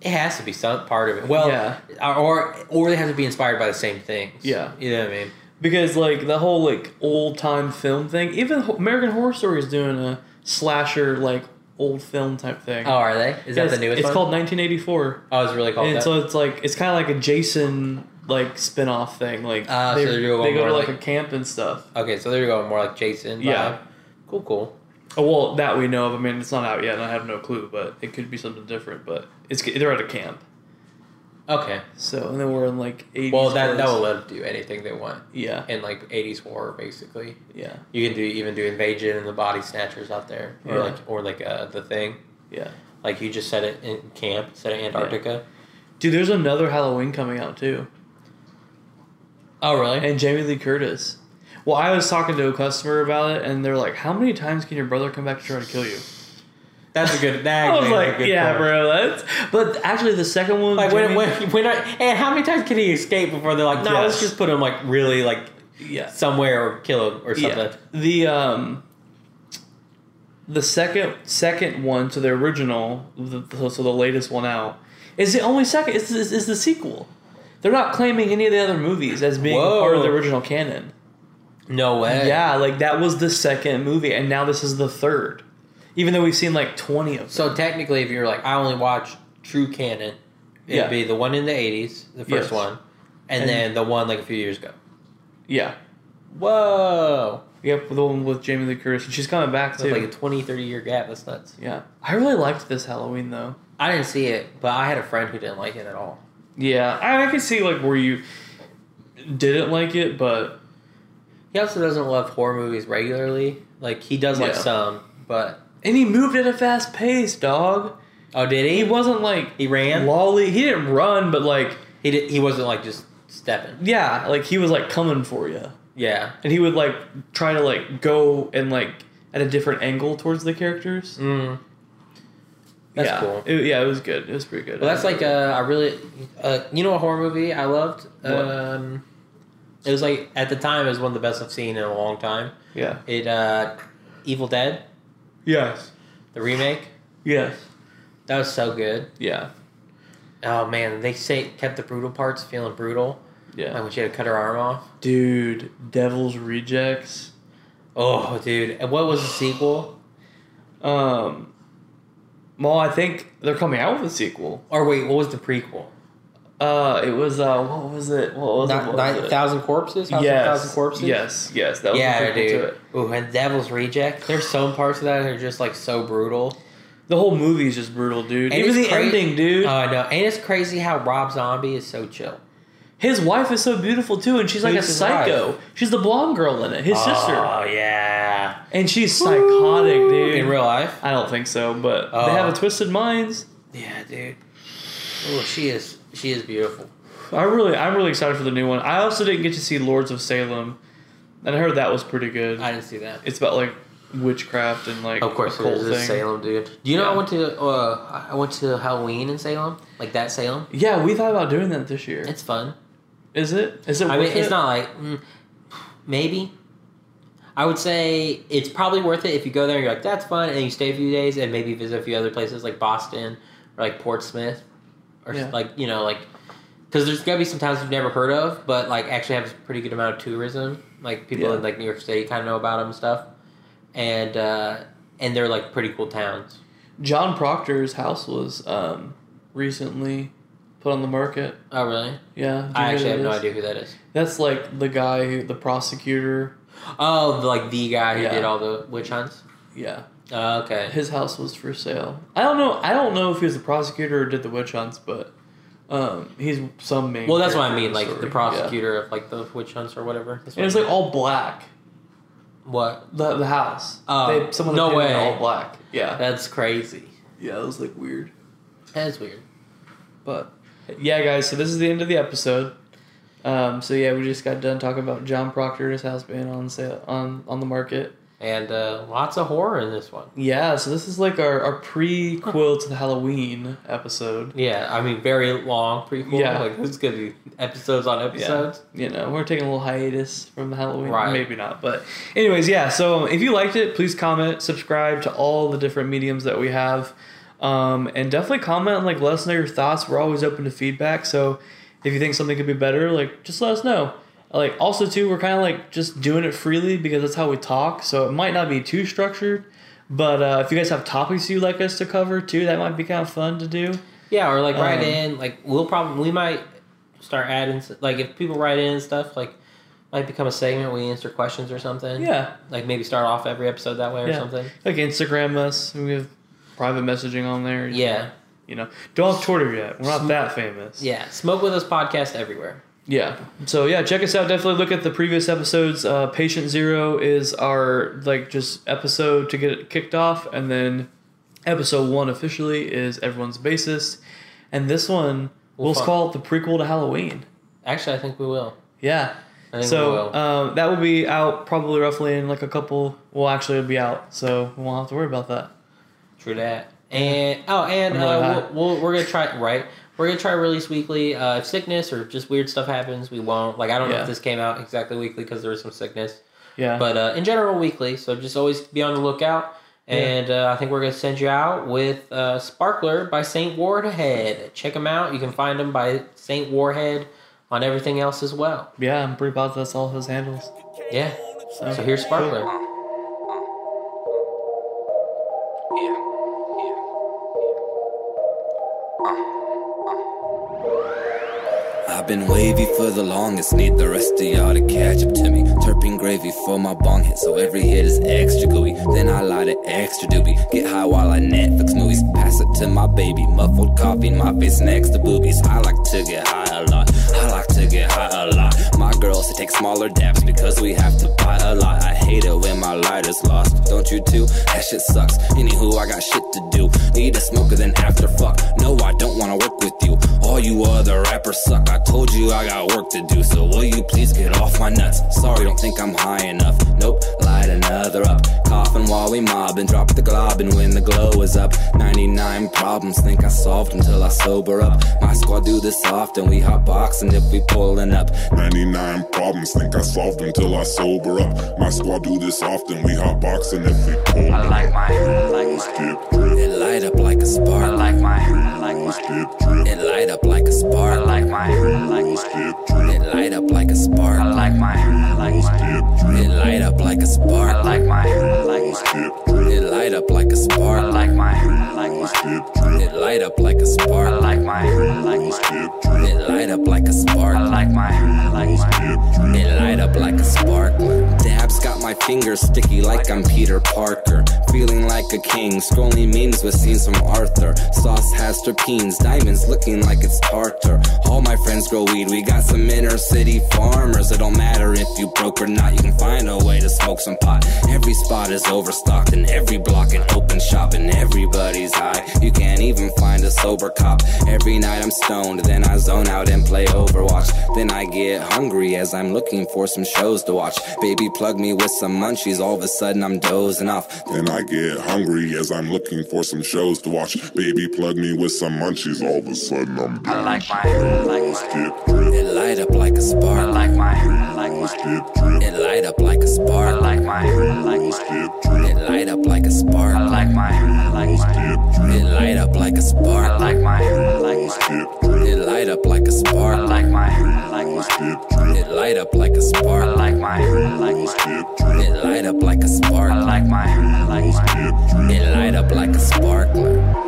S3: It has to be some part of it. Well,
S2: Yeah.
S3: or or they have to be inspired by the same things.
S2: Yeah.
S3: you know what I mean.
S2: because like the whole like old time film thing. Even Ho- American Horror Story is doing a slasher like old film type thing.
S3: Oh, are they? Is
S2: Yeah,
S3: that
S2: it's-
S3: the newest?
S2: It's
S3: one?
S2: called 1984,
S3: Oh, it's really called
S2: and
S3: that.
S2: so it's like it's kind of like a Jason like spin off thing. Like
S3: Ah, so
S2: they,
S3: they're doing
S2: they go
S3: more
S2: to like,
S3: like-
S2: a camp and stuff.
S3: okay, so there you go. More like Jason. vibe.
S2: Yeah.
S3: Cool. Cool.
S2: Oh, well, that we know of. I mean, it's not out yet, and I have no clue, but it could be something different. But it's they're at a camp,
S3: Okay.
S2: so and then we're in like 80s.
S3: Well, that that
S2: clothes.
S3: will let them do anything they want
S2: yeah,
S3: in like '80s horror, basically.
S2: yeah,
S3: You can do even do Invasion and the Body Snatchers out there, or
S2: Yeah.
S3: like or like uh, the thing.
S2: yeah.
S3: Like you just said it in camp, said it Antarctica.
S2: Dude, there's another Halloween coming out too,
S3: Oh really?
S2: and Jamie Lee Curtis. Well, I was talking to a customer about it, and they're like, "How many times can your brother come back to try to kill you?"
S3: that's a good. That
S2: I was
S3: actually is a
S2: like,
S3: good
S2: "Yeah,
S3: point.
S2: bro, that's." But actually, the second one,
S3: Like when,
S2: Jamie-
S3: when, when I, and how many times can he escape before they're like, no, let's
S2: Yes.
S3: just put him like really like
S2: yeah,
S3: somewhere or kill him or something.
S2: Yeah. The um the second second one to the original, the, the- so the latest one out is the only second is is, is the sequel. They're not claiming any of the other movies as being
S3: Whoa.
S2: part of the original canon.
S3: No way.
S2: Yeah, like that was the second movie, and now this is the third. Even though we've seen like twenty of them.
S3: So technically, if you're like, I only watch true canon, it'd
S2: Yeah.
S3: be the one in the '80s, the
S2: Yes.
S3: first one, and,
S2: And-
S3: then the one like a few years ago.
S2: Yeah.
S3: Whoa.
S2: Yep, the one with Jamie Lee Curtis, and she's coming back
S3: That's
S2: too.
S3: like a 20, 30 year gap. That's nuts.
S2: yeah, I really liked this Halloween though.
S3: I didn't see it, but I had a friend who didn't like it at all.
S2: Yeah, I, I can see like where you didn't like it, but
S3: He also doesn't love horror movies regularly. Like he does like
S2: Yeah.
S3: some, but
S2: And he moved at a fast pace, dog.
S3: oh, did
S2: He
S3: he?
S2: wasn't like
S3: He ran.
S2: lolly. He didn't run, but like
S3: He did, he wasn't like just stepping.
S2: yeah, like he was like coming for you,
S3: Yeah.
S2: and he would like try to like go and like at a different angle towards the characters.
S3: Mm. That's
S2: yeah.
S3: cool.
S2: It- yeah, it was good. It was pretty good.
S3: Well, that's like uh, I really, uh, you know, a horror movie I loved.
S2: What?
S3: Um, it was like at the time it was one of the best I've seen in a long time.
S2: yeah.
S3: It uh, Evil Dead
S2: Yes.
S3: the remake
S2: Yes.
S3: that was so good.
S2: Yeah.
S3: Oh man, they say kept the brutal parts feeling brutal. Like
S2: Yeah.
S3: when she had to cut her arm off.
S2: Dude, Devil's Rejects.
S3: Oh dude, and what was the sequel?
S2: Um. Well, I think they're coming out with a sequel.
S3: Or wait, what was the prequel?
S2: Uh, it was uh, what was it? What was it?
S3: Nine-
S2: What was
S3: nine-
S2: it?
S3: Thousand corpses. House of
S2: yes,
S3: Thousand corpses.
S2: Yes, yes, that was
S3: yeah,
S2: the prequel
S3: dude.
S2: to it.
S3: Ooh, and Devil's Reject. There's some parts of that that are just like so brutal.
S2: The whole movie is just brutal, dude.
S3: And
S2: Even the
S3: it's cra-
S2: ending, dude.
S3: Oh, I know. And it's crazy how Rob Zombie is so chill.
S2: his wife is so beautiful too, and she's like a
S3: Who's his wife?
S2: psycho. She's the blonde girl in it, his sister,
S3: Oh yeah.
S2: and she's psychotic, dude.
S3: In real life.
S2: I don't think so, but
S3: Oh.
S2: they have a twisted minds.
S3: Yeah, dude. Oh, she is. She is beautiful.
S2: I really, I'm really excited for the new one. I also didn't get to see Lords of Salem, and I heard that was pretty good.
S3: I didn't see that.
S2: it's about like witchcraft and like
S3: Of course,
S2: a
S3: there's
S2: cult
S3: this
S2: thing.
S3: Salem dude. Do you know I
S2: Yeah.
S3: went to uh, I went to Halloween in Salem, like that Salem.
S2: Yeah, we thought about doing that this year.
S3: It's fun.
S2: Is it? Is it?
S3: I mean,
S2: worth
S3: it's
S2: it?
S3: not like mm, maybe. I would say it's probably worth it if you go there and you're like, that's fun, and you stay a few days and maybe visit a few other places like Boston or like Portsmouth or
S2: Yeah.
S3: like, you know, like, because there's going to be some towns you've never heard of, but like actually have a pretty good amount of tourism. Like people
S2: Yeah.
S3: in like New York City kind of know about them and stuff. And, uh, and they're like pretty cool towns.
S2: John Proctor's house was um, recently put on the market.
S3: Oh, really?
S2: Yeah, do you
S3: I
S2: know
S3: actually
S2: who
S3: have
S2: that
S3: no
S2: is?
S3: idea who that is.
S2: That's like the guy, who, the prosecutor.
S3: Oh, the, like the guy who
S2: Yeah.
S3: did all the witch hunts?
S2: Yeah,
S3: Oh, okay.
S2: his house was for sale. I don't know. I don't know if he was the prosecutor or did the witch hunts, but um, he's some main.
S3: Well, that's what I
S2: character in
S3: mean, like
S2: story.
S3: the
S2: Yeah.
S3: prosecutor of like the witch hunts or whatever. That's
S2: And it was
S3: what-
S2: like all black.
S3: what?
S2: The the house.
S3: Oh,
S2: they, someone
S3: no
S2: had painted it
S3: way.
S2: All black. Yeah.
S3: That's crazy.
S2: Yeah, it was like weird.
S3: That's weird.
S2: But yeah, guys. So this is the end of the episode. Um, so yeah, we just got done talking about John Proctor and his house being on sale on on the market.
S3: And uh, lots of horror in this one.
S2: Yeah, so this is like our, our prequel to the Halloween episode.
S3: Yeah, I mean, very long prequel.
S2: Yeah.
S3: Like this is gonna be episodes on episodes.
S2: You know, we're taking a little hiatus from Halloween.
S3: Right.
S2: Maybe not. But, anyways, yeah. So, um, if you liked it, please comment, subscribe to all the different mediums that we have. Um, and definitely comment and like let us know your thoughts. We're always open to feedback. So, if you think something could be better, like just let us know. Like, also, too, we're kind of like just doing it freely because that's how we talk. So, it might not be too structured. But uh, if you guys have topics you'd like us to cover, too, that might be kind of fun to do.
S3: Yeah, or like write
S2: Um,
S3: in. Like we'll probably we might start adding s- like if people write in and stuff like might become a segment we answer questions or something.
S2: Yeah.
S3: Like maybe start off every episode that way or
S2: Yeah.
S3: something.
S2: like Instagram us. We have private messaging on there.
S3: Yeah.
S2: You know, don't have Twitter yet. We're not that famous.
S3: Yeah. Smoke with us podcast everywhere.
S2: Yeah. So yeah, check us out. Definitely look at the previous episodes. Uh, Patient Zero is our like just episode to get it kicked off, and then episode one officially is everyone's bassist, and this one we'll,
S3: fuck.
S2: call it the prequel to Halloween.
S3: Actually, I think we will.
S2: Yeah.
S3: I think we
S2: So
S3: will.
S2: um, that will be out probably roughly in like a couple. Well, actually, it'll be out, so we won't have to worry about that.
S3: True that. And oh, and
S2: I'm really
S3: uh,
S2: hot.
S3: we'll, we'll, we're gonna try right. We're gonna try release weekly. Uh, if sickness or just weird stuff happens, we won't. Like I don't know
S2: Yeah.
S3: if this came out exactly weekly because there was some sickness,
S2: Yeah.
S3: but uh, in general weekly. So just always be on the lookout. And uh, I think we're gonna send you out with uh, Sparkler by Saint Warhead. Check them out. You can find them by Saint Warhead on everything else as well.
S2: yeah, I'm pretty positive that's all his handles.
S3: Yeah. So here's Sparkler.
S4: Yeah, yeah.
S5: I've been wavy for the longest, need the rest of y'all to catch up to me. Turping gravy for my bong hit, so every hit is extra gooey. Then I light it extra doobie, get high while I Netflix movies. Pass it to my baby, muffled coffee, my face next to boobies. I like to get high a lot, I like to get high a lot. My girls, they take smaller dabs because we have to buy a lot. I hate it when my lighter's lost, don't you too? That shit sucks. Anywho, I got shit to do. Need a smoker, then after fuck. No, I don't wanna work with you. All you other rappers suck. I told you I got work to do, so will you please get off my nuts? Sorry, don't think I'm high enough. Nope, light another up. Coughing while we mobbing, drop the glob, and when the glow is up, 99 problems think I solved until I sober up. My squad do this often, we hot boxing if we pulling up.
S1: 99 problems, think I solved them till I sober up. My squad do this often, we hot boxing if we pull.
S4: I like my, I like
S1: Reels,
S4: my,
S1: dip, drip.
S5: It light up like a
S4: I
S5: spark.
S4: like my, I like
S1: Reels,
S4: my,
S1: dip, drip.
S5: It light up like a
S4: I
S5: spark.
S4: like my, I like
S1: Reels,
S4: my,
S1: dip, drip.
S5: It light up like a
S4: I
S5: spark.
S4: like my, I like
S1: Reels,
S4: my,
S5: It
S1: dip, drip.
S5: light up like a
S4: I
S5: spark.
S4: like my, I like
S1: Reels,
S4: my,
S1: dip, drip.
S5: It light up like
S4: I
S5: a spark.
S4: like my, I like
S1: Reels,
S4: my,
S1: dip, drip.
S5: It light up like a
S4: I
S5: spark.
S4: like my, I like
S1: Reels,
S4: my,
S1: dip, drip.
S5: It light up like a
S4: I
S5: spark.
S4: like my, I like
S1: Reels,
S4: my.
S1: dip, drip.
S5: It light up like a spark. Dabs got my fingers sticky like I'm Peter Parker. Feeling like a king, scrolling memes with scenes from Arthur. Sauce has terpenes, diamonds looking like it's tartar. All my friends grow weed, we got some inner city farmers. It don't matter if you broke or not, you can find a way to smoke some pot. Every spot is overstocked, and every block an open shop, and everybody's high. You can't even find a a sober cop. Every night I'm stoned, then I zone out and play Overwatch. Then I get hungry as I'm looking for some shows to watch. Baby, plug me with some munchies, all of a sudden I'm dozing off.
S1: Then I get hungry as I'm looking for some shows to watch. Baby, plug me with some munchies. All of a sudden, I'm
S4: I
S1: down.
S4: like my, I like
S1: Let's
S4: my,
S1: get dripped.
S5: It light up like a
S4: I
S5: spark.
S4: like my, I like
S1: Let's
S4: my,
S1: get dripped.
S5: It light up like a
S4: I
S5: spark.
S4: like my, I like
S1: Let's
S4: my,
S1: get
S5: It
S1: dripped.
S5: light up like a
S4: I
S5: spark.
S4: like my, I like
S1: Let's
S4: my,
S1: get
S5: It
S1: dripped.
S5: light up like a
S4: I
S5: spark.
S4: like my, I like
S1: Let's
S4: my,
S1: get dripped.
S5: It light up like a
S4: I
S5: spark.
S4: like my, I like
S1: Let's
S4: my,
S1: get dripped.
S5: It light up like a
S4: I
S5: spark.
S4: like my, I like
S1: Let's
S4: my,
S1: get dripped.
S5: It light up like a
S4: I
S5: spark.
S4: like my, I like
S1: Let's
S4: my,
S1: get dripped.
S5: It light up like a sparkler.